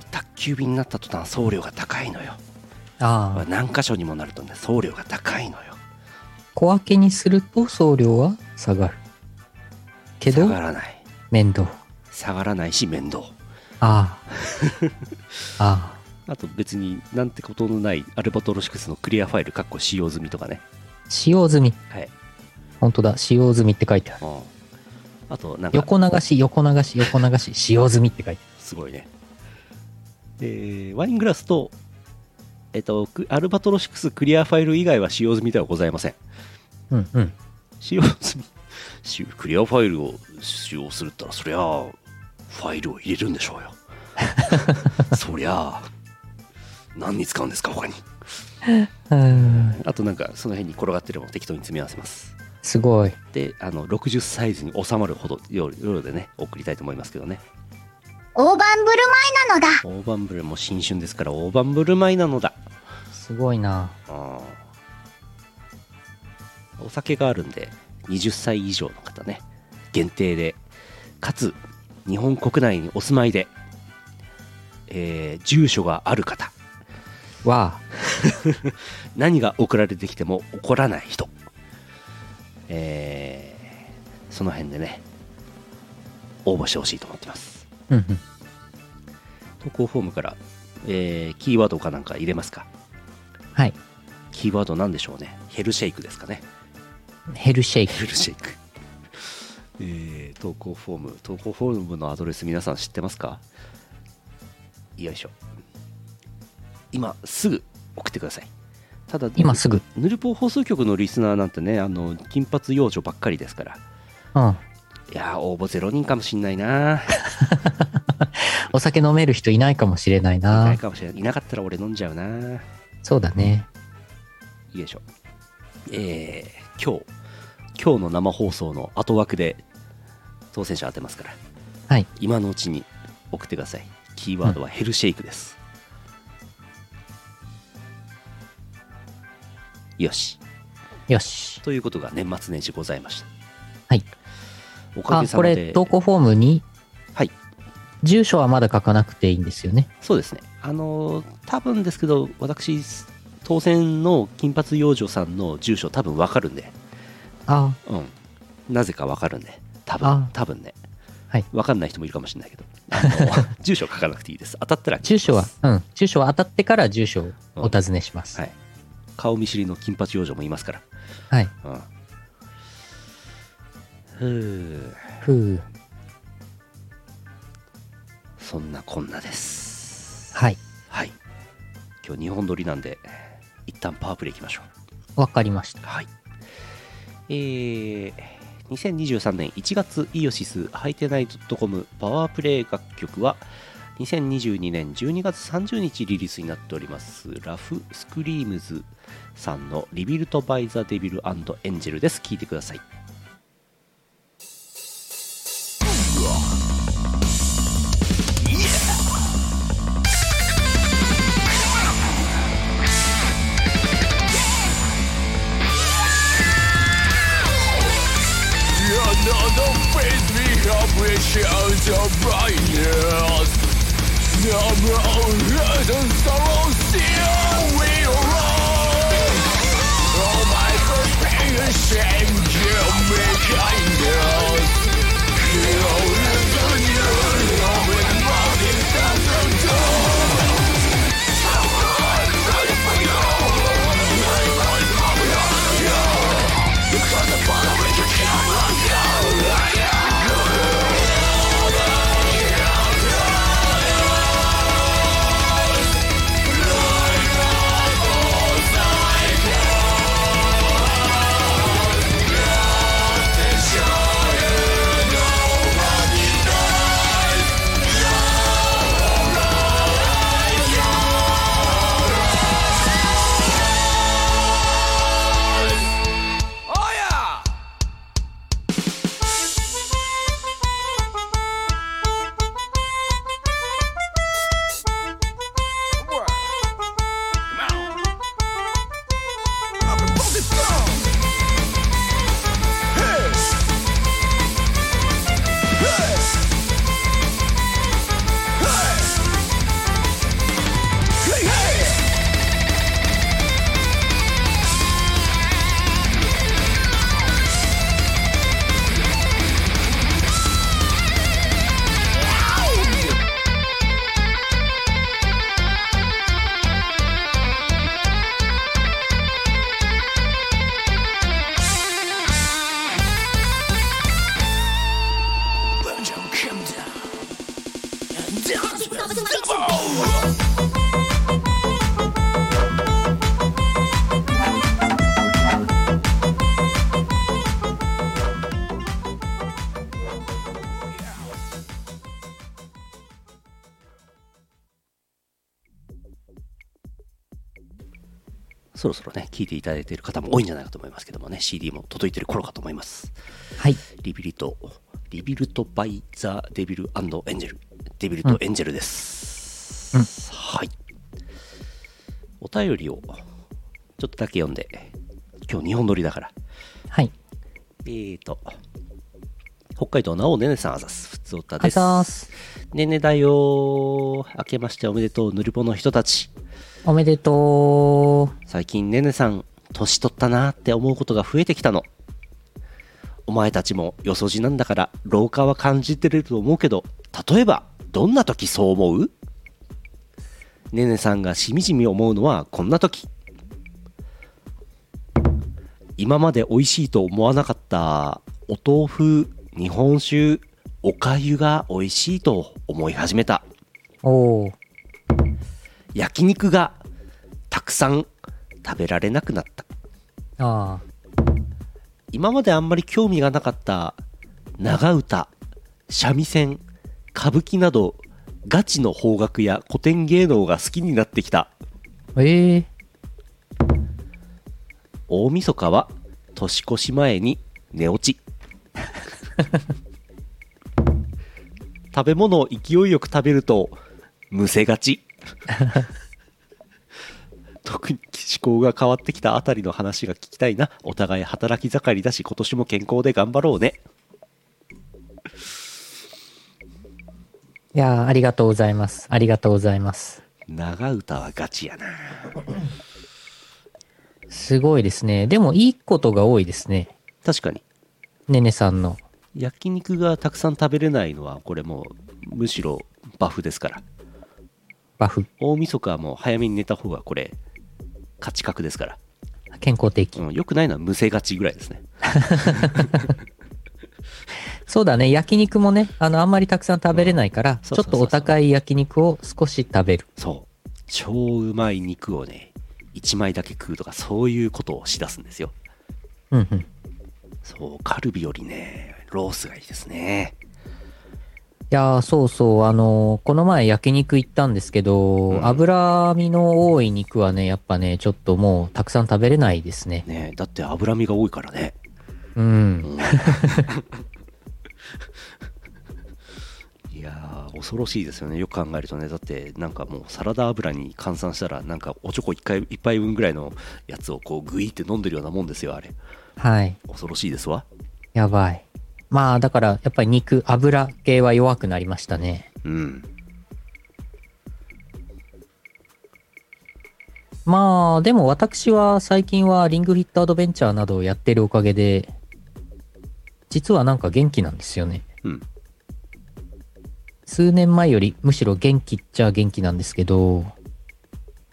宅急便になった途端送料が高いのよああ、何箇所にもなるとね送料が高いのよ小分けにすると送料は下がる。け下ど、がらない面倒。下がらないし面倒あ (laughs) あ。ああと別になんてことのないアルバトロシクスのクリアファイルかっこ使用済みとかねあ。使用済み。はい、本当だ。使用済みって書いてある。うん、あとなんか横流し、横流し、横流し、使用済みって書いてすごいね。えーワイングラスと、えっと、クアルバトロシクスクリアファイル以外は使用済みではございません。ある。うん、うん。使用済みしクリアファイルを使用するったら、そりゃあ、ファイルを入れるんでしょう (laughs) よ。そりゃあ、何に使うんですか、他に。うーんあとなんか、その辺に転がってるものを適当に詰め合わせます。すごい。で、あの、60サイズに収まるほど、夜夜でね、送りたいと思いますけどね。大盤振る舞いなのだ大盤振る舞いも新春ですから、大盤振る舞いなのだ。すごいな。あーお酒があるんで20歳以上の方ね限定でかつ日本国内にお住まいで、えー住所がある方わ何が送られてきても怒らない人、えーその辺でね応募してほしいと思ってますあ。うんうん。投稿フォームから、えーキーワードかなんか入れますかはい。キーワードなんでしょうねヘルシェイクですかねヘルシェイク。ヘルシェイク、 (laughs) えー投稿フォーム投稿フォームのアドレス皆さん知ってますかよいしょ今すぐ送ってくださいただ今すぐ。ヌルポ放送局のリスナーなんてねあの金髪幼女ばっかりですからうん。いやー応募0人かもしんないなお酒飲める人いないかもしれないいな。ないかもしれないいなかったら俺飲んじゃうなそうだね。よいしょ。えー、今日、今日の生放送の後枠で、当選者当てますから、はい今のうちに送ってくださいキーワードはヘルシェイクです、よしよし。ということが年末年始ございましたはいおかあげ、さこまでれ、投稿フォームに、はい。住所はまだ書かなくていいんですよね。そうですねあのー多分ですけど私当選の金髪養女さんの住所多分わかるんであうんなぜかわかるんで多あ分多分ねはいわかんない人もいるかもしれないけどあ (laughs) の住所書かなくていいです当たったら住所は聞き、うん。住所は当たってから住所をお尋ねしま。ますすはい顔見知りの金髪養女もいますからはい。うんふうふう。そんなこんなですはい。はい今日2本撮りなんで一旦パワープレイいきましょうわかりました。はい。えー2023年1月イオシスハイテナイドットコムパワープレイ楽曲は2022年12月30日リリースになっておりますラフスクリームズさんのリビルトバイザデビルエンジェルです聞いてください「Another face we have reached our brightness Number of hidden sorrows still we roam All my first pain and shame give me kindness Heal the new love and nothing that's undone Oh yeah! そろそろね聞いていただいている方も多いんじゃないかと思いますけどもね CD も届いてる頃かと思いますはい。リビルトリビルトバイザデビルエンジェルデビルトエンジェルです、うんはいお便りをちょっとだけ読んで今日日本撮りだからはい。えーと北海道なおねねさんあざすふつおたあですざーす。ねねだよー明けましておめでとうぬるぼの人たちおめでとう。最近ねねさん年取ったなーって思うことが増えてきたのお前たちもよそじなんだから老化は感じてると思うけど例えばどんな時そう思うねねさんがしみじみ思うのはこんな時今まで美味しいと思わなかったお豆腐日本酒おかゆが美味しいと思い始めたおー。焼肉がたくさん食べられなくなったあ今まであんまり興味がなかった長唄三味線歌舞伎などガチの邦楽や古典芸能が好きになってきたー。えー。大晦日は年越し前に寝落ち (laughs) 食べ物を勢いよく食べるとむせがち (laughs) 特に思考が変わってきたあたりの話が聞きたいなお互い働き盛りだし今年も健康で頑張ろうねいやーありがとうございます。ありがとうございます。長唄はガチやなすごいですね。でも、いいことが多いですね。確かにねねさんの。焼肉がたくさん食べれないのはこれもうむしろバフですからバフ。大晦日はもう早めに寝た方がこれ価値格ですから、健康的。うん、よくないのはむせがちぐらいですねそうだね。焼肉もね、あの、あんまりたくさん食べれないから、ちそうょっそうそうそとおう高い焼肉を少し食べる。そう超うまい肉をね1枚だけ食うとかそういうことをしだすんですようんうん。そうカルビよりねロースがいいですねいやーそうそう、あのーこの前焼肉行ったんですけど、うん脂身の多い肉はね、やっぱね、ちょっともうたくさん食べれないですね。ねだって脂身が多いからねうん。いやー恐ろしいですよねよく考えるとねだってなんかもうサラダ油に換算したらなんかおちょこ1回一杯分ぐらいのやつをこうグイって飲んでるようなもんですよあれはい。恐ろしいですわやばい。まあ、だから、やっぱり肉、油系は弱くなりましたね。うんまあ、でも私は最近はリングフィットアドベンチャーなどをやってるおかげで、実はなんか元気なんですよね。うん数年前よりむしろ元気っちゃ元気なんですけど、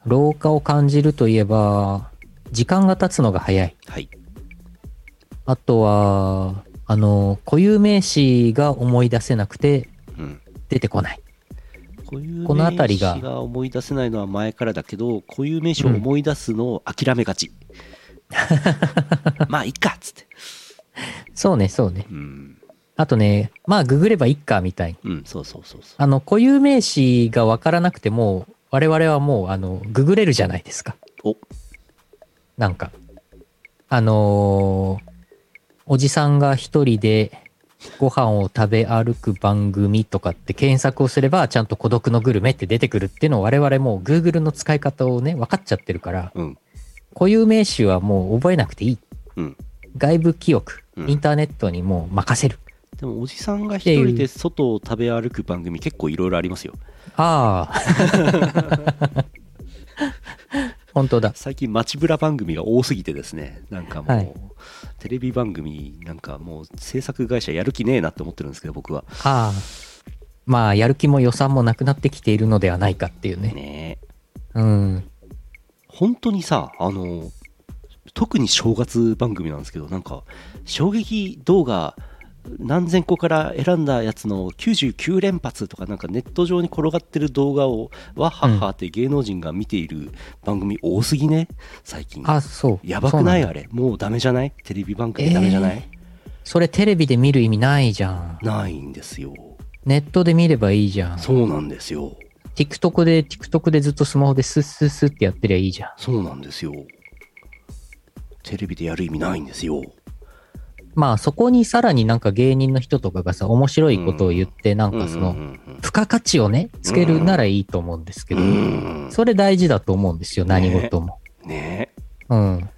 老化を感じるといえば、時間が経つのが早い。はいあとは、あの、固有名詞が思い出せなくてうん出てこない。固有この辺名りが詞が思い出せないのは前からだけど固有名詞を思い出すのを諦めがち、まあいっかっつってそうね、そうね。うんあとね、まあ、ググればいっか、みたいな。うんそうそうそうそうあの、固有名詞がわからなくても、我々はもう、あの、ググれるじゃないですか。おなんか。あのーおじさんが一人でご飯を食べ歩く番組とかって検索をすれば、ちゃんと孤独のグルメって出てくるっていうのを我々もう Google の使い方をね、分かっちゃってるから、うん固有名詞はもう覚えなくていい。うん外部記憶、うんインターネットにもう任せる。でもおじさんが一人で外を食べ歩く番組結構いろいろありますよああ。 (laughs) 本当だ。最近街ブラ番組が多すぎてですねなんかもう、はいテレビ番組なんかもう制作会社やる気ねえなって思ってるんですけど僕はああ。まあ、やる気も予算もなくなってきているのではないかっていうね。ねえうん。本当にさあの特に正月番組なんですけどなんか衝撃動画何千個から選んだやつの99連発とかなんかネット上に転がってる動画をわっはっはって芸能人が見ている番組多すぎね最近あ、そう。やばくないそうあれもうダメじゃないテレビ番組ダメじゃない、んそれテレビで見る意味ないじゃん。ないんですよネットで見ればいいじゃん。そうなんですよ TikTok で、TikTok でずっとスマホでスッスッスッってやってりゃいいじゃん。そうなんですよテレビでやる意味ないんですよまあ、そこにさらになんか芸人の人とかがさ、面白いことを言って、なんかその、付加価値をね、つけるならいいと思うんですけうんどう、んそれ大事だと思うんですよ、何事も。ねえうん。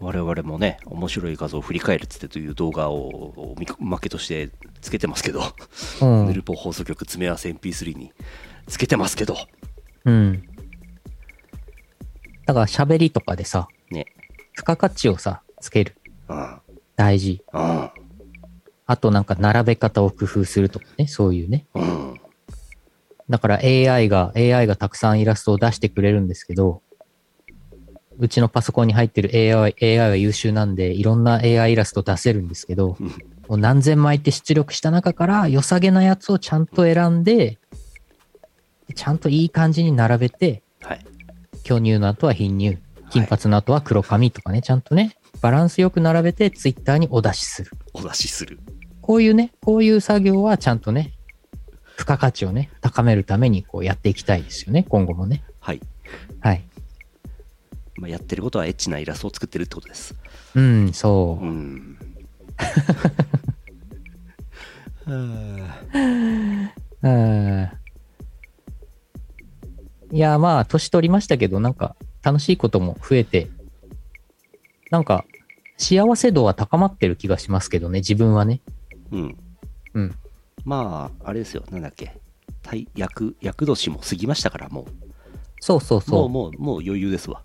我々もね面白い画像を振り返るっつってという動画を見おまけとしてつけてますけど、うヌん。ルポ放送局詰め合わせ MP3 につけてますけどうん。だから喋りとかでさ、ね付加価値をさ、つける。うん大事。うんあとなんか並べ方を工夫するとかね、そういうね。うんだから AI が、AI がたくさんイラストを出してくれるんですけど、うちのパソコンに入ってる AI、AI は優秀なんで、いろんな AI イラスト出せるんですけど、うんもう何千枚って出力した中から良さげなやつをちゃんと選んで、ちゃんといい感じに並べて、はい巨乳の後は貧乳、金髪の後は黒髪とかね、ちゃんとね、バランスよく並べてツイッターにお出しする。お出しするこういうね、こういう作業はちゃんとね、付加価値をね、高めるためにこうやっていきたいですよね、今後もね。はい、はい。まあ、やってることはエッチなイラストを作ってるってことですうん、そうう。 (laughs) ん。ういや、まあ、年取りましたけど、なんか、楽しいことも増えて、なんか、幸せ度は高まってる気がしますけどね、自分はね。うん。うん。まあ、あれですよ、なんだっけ。大役、役年も過ぎましたから、もそうそうう。も、そうう。もう、もう余裕ですわ。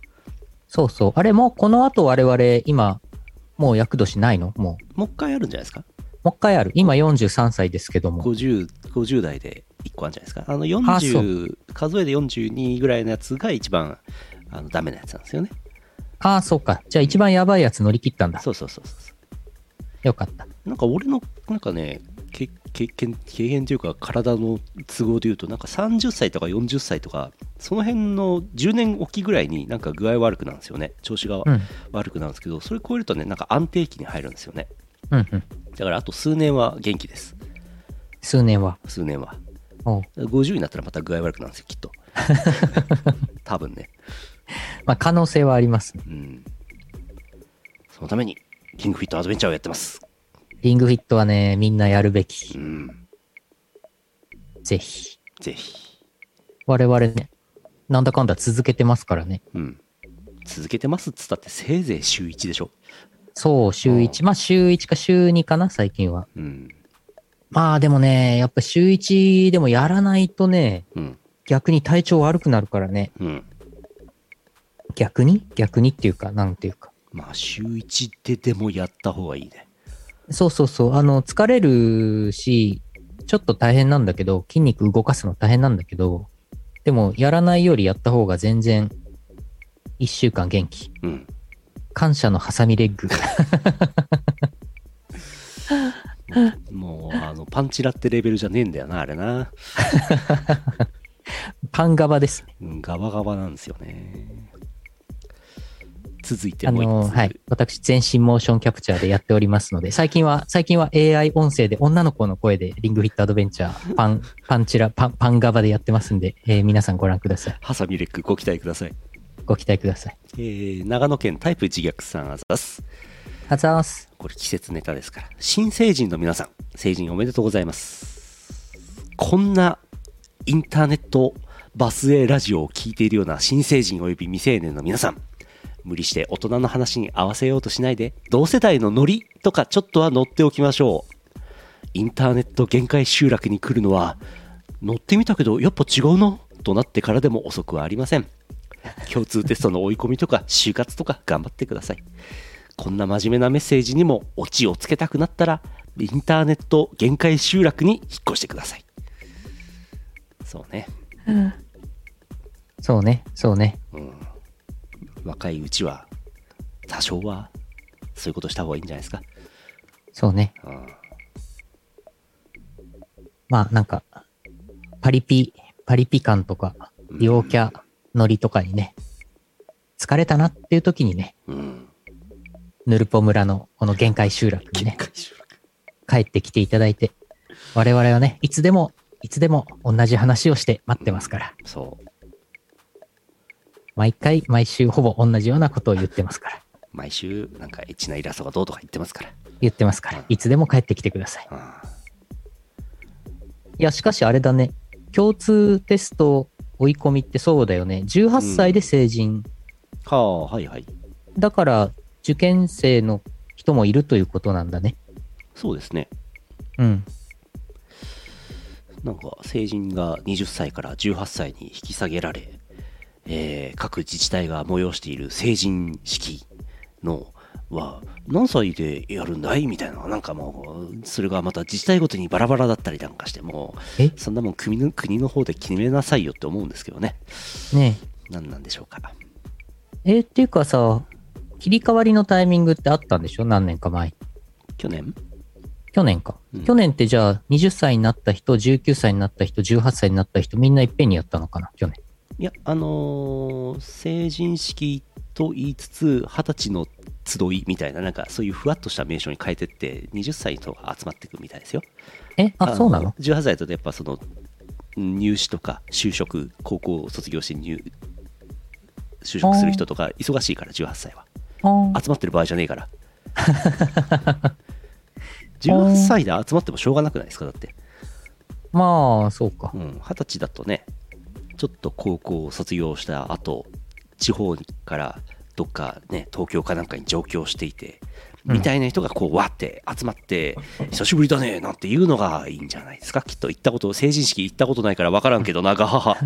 そうそう。あれ、もうこの後我々、今、もう厄年ないのもう。もう一回あるんじゃないですかもう一回ある。今43歳ですけども。 50, 50代で1個あるんじゃないですかあのあそ40数えで42ぐらいのやつが一番あのダメなやつなんですよねああ、そうか。じゃあ一番やばいやつ乗り切ったんだ。そうそうそうそよかった。うなんか俺のなんかねけ経験経験というか体の都合でいうとなんか30歳とか40歳とかその辺の10年おきぐらいになんか具合悪くなるんですよね調子がうん。悪くなるんですけど、それ超えるとねなんか安定期に入るんですよねうんうん。だからあと数年は元気です数年は。数年はおう50になったらまた具合悪くなるんですよきっと多分ねまあ、可能性はありますね。うん。そのために、キングフィットアドベンチャーをやってます。リングフィットはね、みんなやるべうき。ん。ぜひ。ぜひ。我々ね、なんだかんだ続けてますからね。うん。続けてますっつったって、せいぜい週1でしょ。そう、週1。まあ、週1か週2かな、最近は。うん。まあ、でもね、やっぱ週1でもやらないとね、うん。逆に体調悪くなるからね。うん。逆に逆にっていうか、なんていうか。まあ、週1ででもやった方がいいね。そうそうそう。あの、疲れるし、ちょっと大変なんだけど、筋肉動かすの大変なんだけど、でも、やらないよりやった方が全然、一週間元気。うん。感謝のハサミレッ (laughs) グ。もう、あの、パンチラってレベルじゃねえんだよな、あれな。パンガバですね。うん、ガバガバなんですよね。続いてあもうの、一つ。はい。私、全身モーションキャプチャーでやっておりますので、最近は、最近は AI 音声で女の子の声で、リングフィットアドベンチャー、パン、パンチラ、パン、パンガバでやってますんで、えー皆さんご覧ください。ハサミレックご期待ください。ご期待ください。えー、長野県タイプ自虐さんあざっす。あざーす。これ季節ネタですから。新成人の皆さん、成人おめでとうございます。こんなインターネットバスへラジオを聞いているような新成人及び未成年の皆さん、無理して大人の話に合わせようとしないで、同世代のノリとかちょっとは乗っておきましょう。インターネット限界集落に来るのは、乗ってみたけどやっぱ違うなとなってからでも遅くはありません。共通テストの追い込みとか就活とか頑張ってください。こんな真面目なメッセージにもオチをつけたくなったら、インターネット限界集落に引っ越してください。そうね。そうね、そうね。若いうちは、多少は、そういうことした方がいいんじゃないですか。そうね。うんまあなんか、パリピ、パリピ感とか、陽キャ、ノリとかにね、疲れたなっていう時にね、うん。ヌルポ村のこの限界集落にね、限界集落。帰ってきていただいて、我々はね、いつでも、いつでも同じ話をして待ってますから、そう。毎回、毎週ほぼ同じようなことを言ってますから、毎週、なんか、エッチなイラストがどうとか言ってますから。言ってますから、いつでも帰ってきてください。うんいや、しかしあれだね、共通テスト追い込みってそうだよね、18歳で成人。はあ、はいはい。だから、受験生の人もいるということなんだね。そうですね。うん。なんか成人が20歳から18歳に引き下げられ、えー各自治体が催している成人式のは何歳でやるんだいみたいななんかもうそれがまた自治体ごとにバラバラだったりなんかしてもえうそんなもん国の国の方で決めなさいよって思うんですけどねね何なんでしょうかえ。えっていうかさ、切り替わりのタイミングってあったんでしょ何年か前。去年去年か。うん去年ってじゃあ、20歳になった人、19歳になった人、18歳になった人、みんないっぺんにやったのかな去年。いやあのー成人式と言いつつ二十歳の集いみたいななんかそういうふわっとした名称に変えてって20歳とか集まっていくみたいですよえあ、そうなの ?18 歳だとやっぱそのうん入試とか就職高校を卒業して入就職する人とか忙しいから18歳はあ集まってる場合じゃねえから18歳で集まってもしょうがなくないですかだって、まあ、そうかう。ん、20歳だとねちちょっと高校を卒業した後、地方からどっかね、東京かなんかに上京していて、みたいな人がこう、わって集まって、久しぶりだね、なんていうのがいいんじゃないですか。きっと行ったこと、成人式行ったことないから分からんけどな、がはは。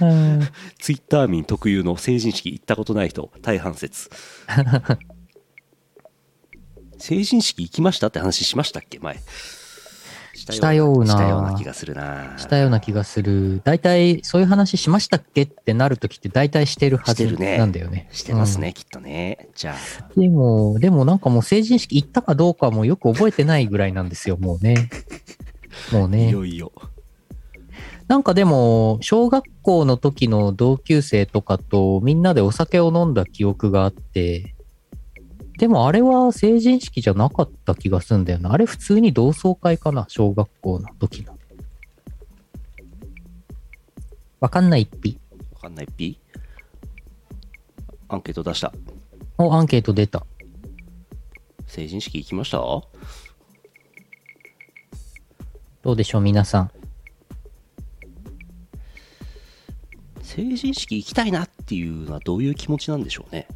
うんツイッター民特有の成人式行ったことない人、大半説。成人式行きましたって話しましたっけ前。したようなしたような気がするな。したような気がする。大体、そういう話しましたっけってなるときって大体してるはずしてるねなんだよね。してますね、きっとね。じゃあ、うん。でも、でもなんかもう成人式行ったかどうかはもうよく覚えてないぐらいなんですよ、もうね。もういね。よいよ。なんかでも、小学校の時の同級生とかとみんなでお酒を飲んだ記憶があって、でもあれは成人式じゃなかった気がするんだよな。あれ普通に同窓会かな、小学校の時の。わかんないっぴ。わかんない P? アンケート出した。お、アンケート出た。成人式行きましたどうでしょう、皆さん。成人式行きたいなっていうのはどういう気持ちなんでしょうね。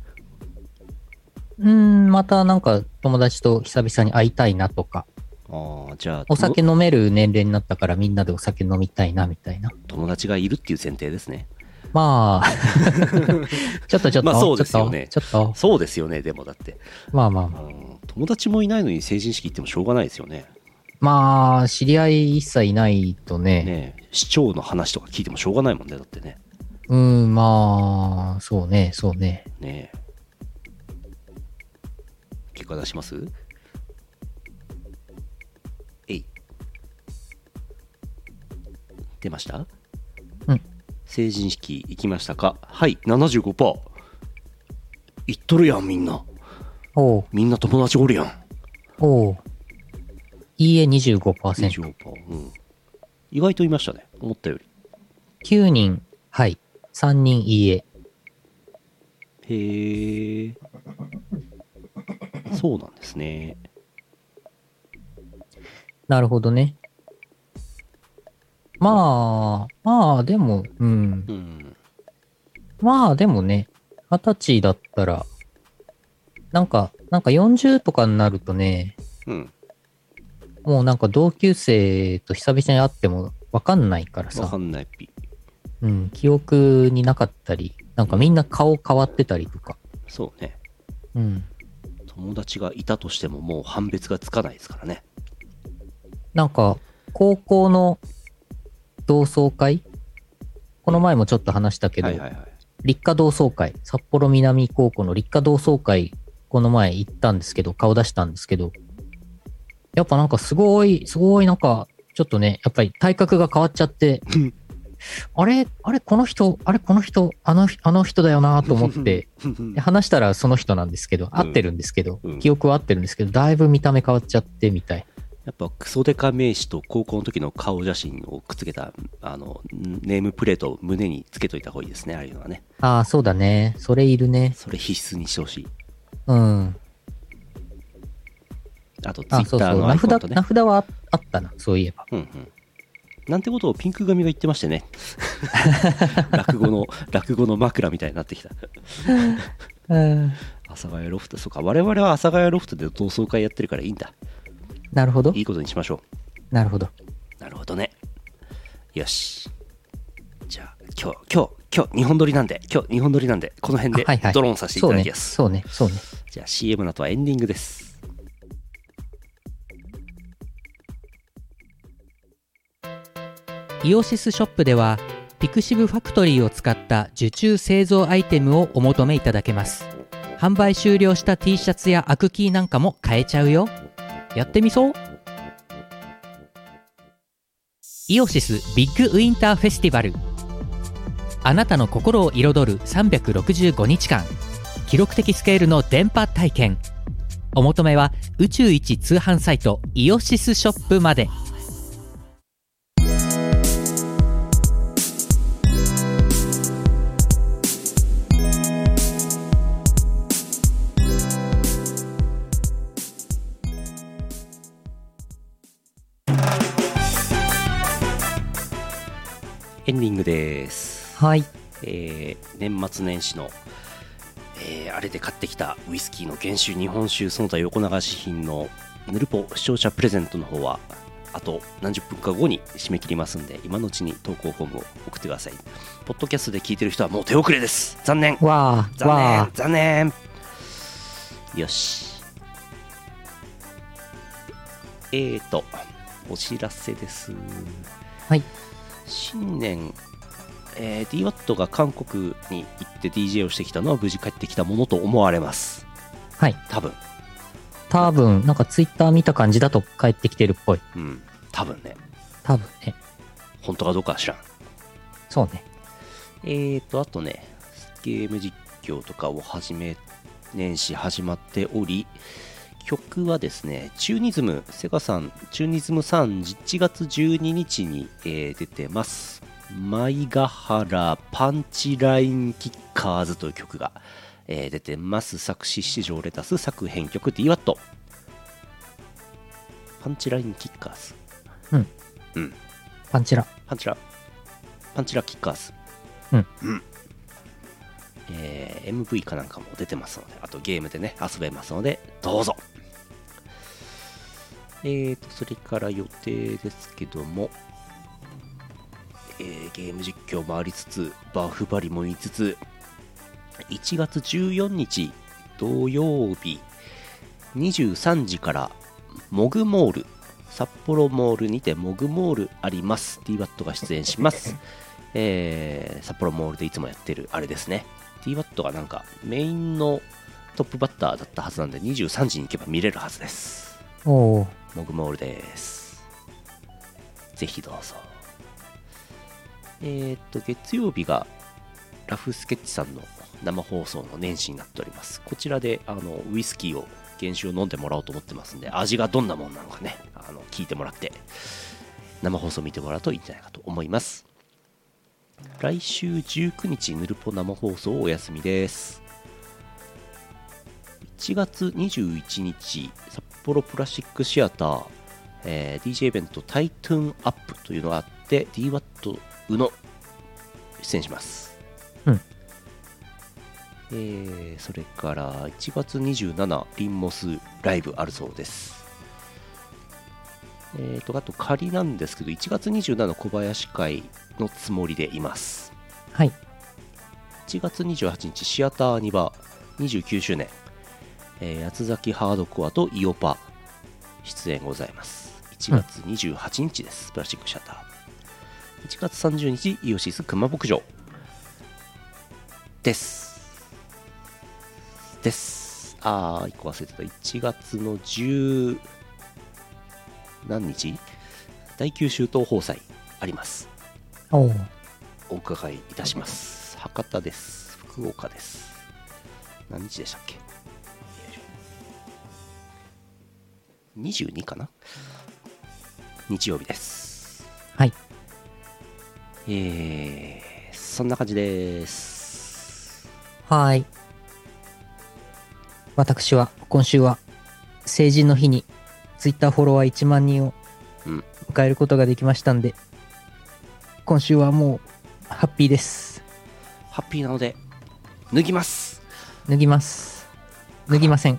うーん、またなんか友達と久々に会いたいなとか、ああ、じゃあ、お酒飲める年齢になったからみんなでお酒飲みたいなみたいな。友達がいるっていう前提ですね。ま (laughs) あ、ちょっとちょっと、まあそうですよねちょっと、ちょっそうですよね、でもだって。と、まあまあまああ。の友達もいないのに成人式行ってもしょうがないですよね。まあ、知り合い一切いないとね、ねえ市長の話とか聞いてもしょうがないもんね、だってね。うーん、まあ、そうね、そうね。ねえ結果出しますえい。出ましたうん成人式行きましたかはい、75%。行っとるやん、みんな。おう、みんな友達おるやん。おう。いいえ25%。 25%。うん。意外といましたね、思ったより。 9人、はい。3人、いいえ。へえ。そうなんですね。なるほどね。まあ、まあでも、うん。うん。まあでもね、二十歳だったら、なんか、なんか40とかになるとね、うん。もうなんか同級生と久々に会ってもわかんないからわかさ、んないピ。うん、記憶になかったり、なんかみんな顔変わってたりとか、そうね。うん。友達がいたとしてももう判別がつかないですからね。なんか、高校の同窓会この前もちょっと話したけど、はいはいはい。立花同窓会、札幌南高校の立花同窓会、この前行ったんですけど、顔出したんですけど、やっぱなんかすごい、すごいなんか、ちょっとね、やっぱり体格が変わっちゃって、あれ、あれ、この人、あれ、この人、あの、あの人だよなと思って、で話したらその人なんですけど、合ってるんですけど、うん記憶は合ってるんですけど、だいぶ見た目変わっちゃってみたい。 (laughs) やっぱクソデカ名刺と高校の時の顔写真をくっつけたあのネームプレートを胸につけといた方がいいですね、ああいうのはね。ああ、そうだね。それいるね。それ必須にしてほしい。うん。あとツイあ、そうッターそう。のア名イコン札、とね名。札はああったな、そういえば。うんうん。なんてことをピンク髪が言ってましてね。 (laughs) 落語の、落語の枕みたいになってきた。うん阿佐ヶ谷ロフト、そうか、我々は阿佐ヶ谷ロフトで同窓会やってるからいいんだ。なるほどい。いことにしましょなるほど。う。なるほどね。よし。じゃあ、今日、今日、今日、日本撮りなんで、今日、日本撮りなんで、この辺はいはでいドローンさせていただきます。そうね、そうね、そうね。じゃあ、CM の後はエンディングです。イオシスショップではピクシブファクトリーを使った受注製造アイテムをお求めいただけます販売終了した T シャツやアクキーなんかも買えちゃうよやってみそうイオシスビッグウィンターフェスティバルあなたの心を彩る365日間記録的スケールの電波体験お求めは宇宙一通販サイトイオシスショップまでエンディングです。はい。えー年末年始の、えーあれで買ってきたウイスキーの原酒日本酒その他横流し品のヌルポ視聴者プレゼントの方はあと何十分か後に締め切りますんで今のうちに投稿フォームを送ってくださいポッドキャストで聞いてる人はもう手遅れです残念わあ、わ残念残念よしえーとお知らせですはい新年えー、DWAT が韓国に行って DJ をしてきたのは無事帰ってきたものと思われますはい多分あ、多分、なんかツイッター見た感じだと帰ってきてるっぽい。うん多分ね多分ね。本当かどうかは知らんそうね。えーと、あとね、ゲーム実況とかを始め、年始始まっており、曲はですね、チューニズム、セガさん、チューニズムさん、7月12日に、えー出てます。舞ヶ原パンチラインキッカーズという曲が、えー出てます。作詞、史上レタス、作編曲、DWAT。パンチラインキッカーズ。パンチラ。パンチラ、パンチラキッカーズ。うん。えー MV かなんかも出てますので、あとゲームでね、遊べますので、どうぞ。えーと、それから予定ですけども、えーゲーム実況もありつつ、バフバリも言いつつ、1月14日土曜日23時から、モグモール札幌モールにてモグモールあります DWAT が出演します、えー札幌モールでいつもやってるあれですね DWAT がなんかメインのトップバッターだったはずなんで23時に行けば見れるはずですおお。モグモールですぜひどうぞえーっと月曜日がラフスケッチさんの生放送の年始になっておりますこちらであのウイスキーを原酒を飲んでもらおうと思ってますんで味がどんなもんなのかねあの聞いてもらって生放送見てもらうといいんじゃないかと思います来週19日ヌルポ生放送お休みです1月21日札幌プラスチックシアター、えー DJ イベントタイトゥーンアップというのがあって DWAT 宇野出演しますうんえーそれから1月27リンモスライブあるそうですえー、とあと仮なんですけど1月27小林会のつもりでいますはい。 1月28日シアターニバ29周年、えー、八つ崎ハードコアとイオパ出演ございます1月28日です、プラスチックシアター1月30日イオシス熊牧場ですですあー1個忘れてた1月の10何日第9周東宝祭ありますおお。お伺いいたします博多です福岡です何日でしたっけよいしょ22かな日曜日ですはいえー、そんな感じですはーい。私は、今週は、成人の日に、ツイッターフォロワー1万人をうん迎えることができましたんで、今週はもう、ハッピーです。ハッピーなので脱ぎます脱ぎます。脱ぎません。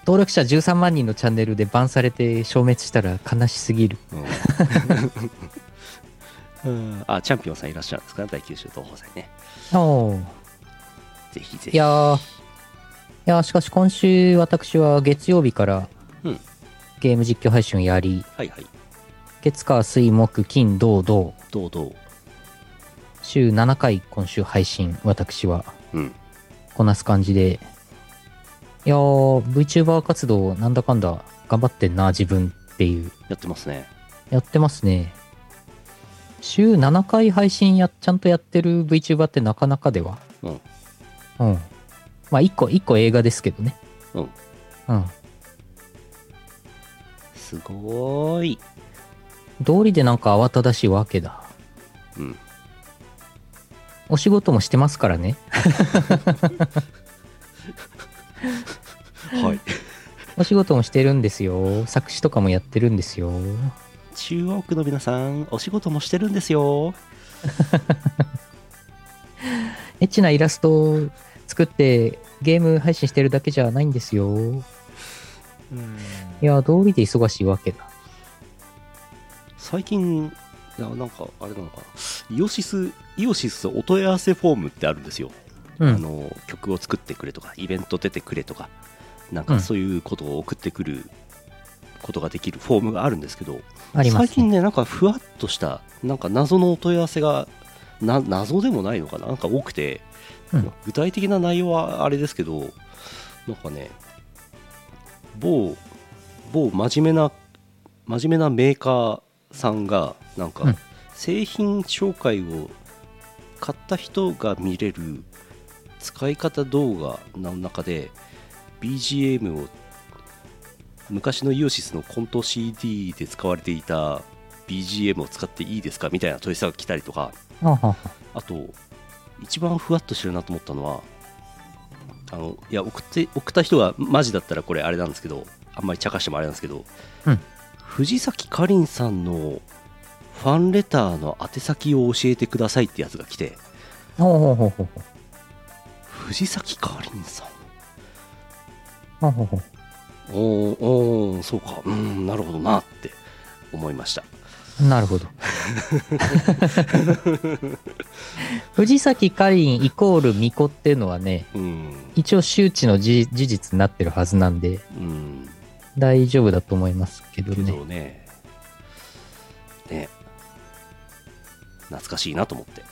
登録者13万人のチャンネルでバンされて消滅したら悲しすぎる。 (laughs) うんあチャンピオンさんいらっしゃるんですか第九州東宝祭ねおーぜひぜいひやー、いやーしかし今週私は月曜日からうんゲーム実況配信をやり、はいはい月火水木金土土、どうどう週7回今週配信、私はうんこなす感じで、いやー、VTuber 活動なんだかんだ頑張ってんな、自分っていう。やってますねやってますね。週7回配信や、ちゃんとやってる VTuber ってなかなかでは。うん。うん。まあ、1個、1個映画ですけどね。うん。うん。すごーい道理でなんか慌ただしいわけだ。うんお仕事もしてますからね。はいお仕事もしてるんですよ。作詞とかもやってるんですよ。中央区の皆さん、お仕事もしてるんですよ。エッチなイラストを作ってゲーム配信してるだけじゃないんですよ。いや、道理で忙しいわけだ。最近、いやなんか、あれなのかな。イオシス、イオシスお問い合わせフォームってあるんですよ。うあん。の曲を作ってくれとかイベント出てくれとかなんうかんそういうことを送ってくることができるフォームがあるんですけど、ありま最す、ね。近ねなんかふわっとしたなんか謎のお問い合わせがな謎でもないのかななんか多くて、うん具体的な内容はあれですけどなんかね某某真面目な真面目なメーカーさんがなんうかん製品紹介を買った人が見れる使い方動画の中で BGM を昔のイオシスのコント CD で使われていた BGM を使っていいですかみたいな問い合わせが来たりとかあははあと一番ふわっとしてるなと思ったのはあのいや送って送った人がマジだったらこれあれなんですけどあんまり茶化してもあれなんですけど、うん藤崎かりんさんのファンレターの宛先を教えてくださいってやつが来てほうほうほうほうほう藤崎かりんさほんうほうほう。おーおーそうかうーんなるほどなって思いましたなるほど。 (laughs) 藤崎かりんイコール巫女っていうのはね、うん一応周知の事事実になってるはずなんで、うん大丈夫だと思いますけどけね。どねね懐かしいなと思って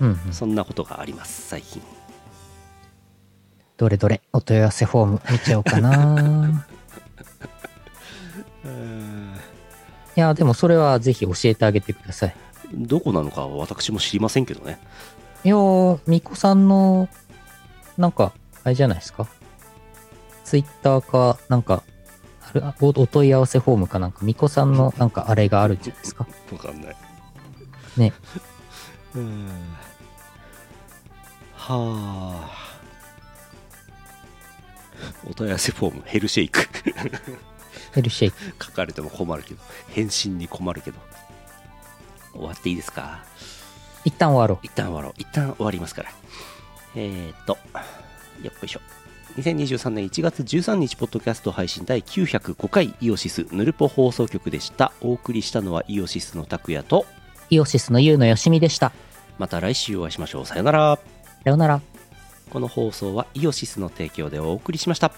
うん、うん。そんなことがあります最近どれどれ、お問い合わせフォーム見ちゃおうかな。いや、でもそれはぜひ教えてあげてください。どこなのかは私も知りませんけどねいやー、みこさんの、なんか、あれじゃないですか。ツイッターか、なんか、あるあおお問い合わせフォームかなんか、みこさんの、なんか、あれがあるんじゃないですか。わかんないねうんはあお問い合わせフォームヘルシェイク (laughs) ヘルシェイク。書かれても困るけど返信に困るけど終わっていいですか一旦終わろ一旦終わろう一旦終わりますからえー、っとよっこいしょ2023年1月13日ポッドキャスト配信第905回イオシスヌルポ放送局でしたお送りしたのはイオシスの拓也とう。イオシスのゆうのよしみでした。また来週お会いしましょうさよならさようなら。この放送はイオシスの提供でお送りしました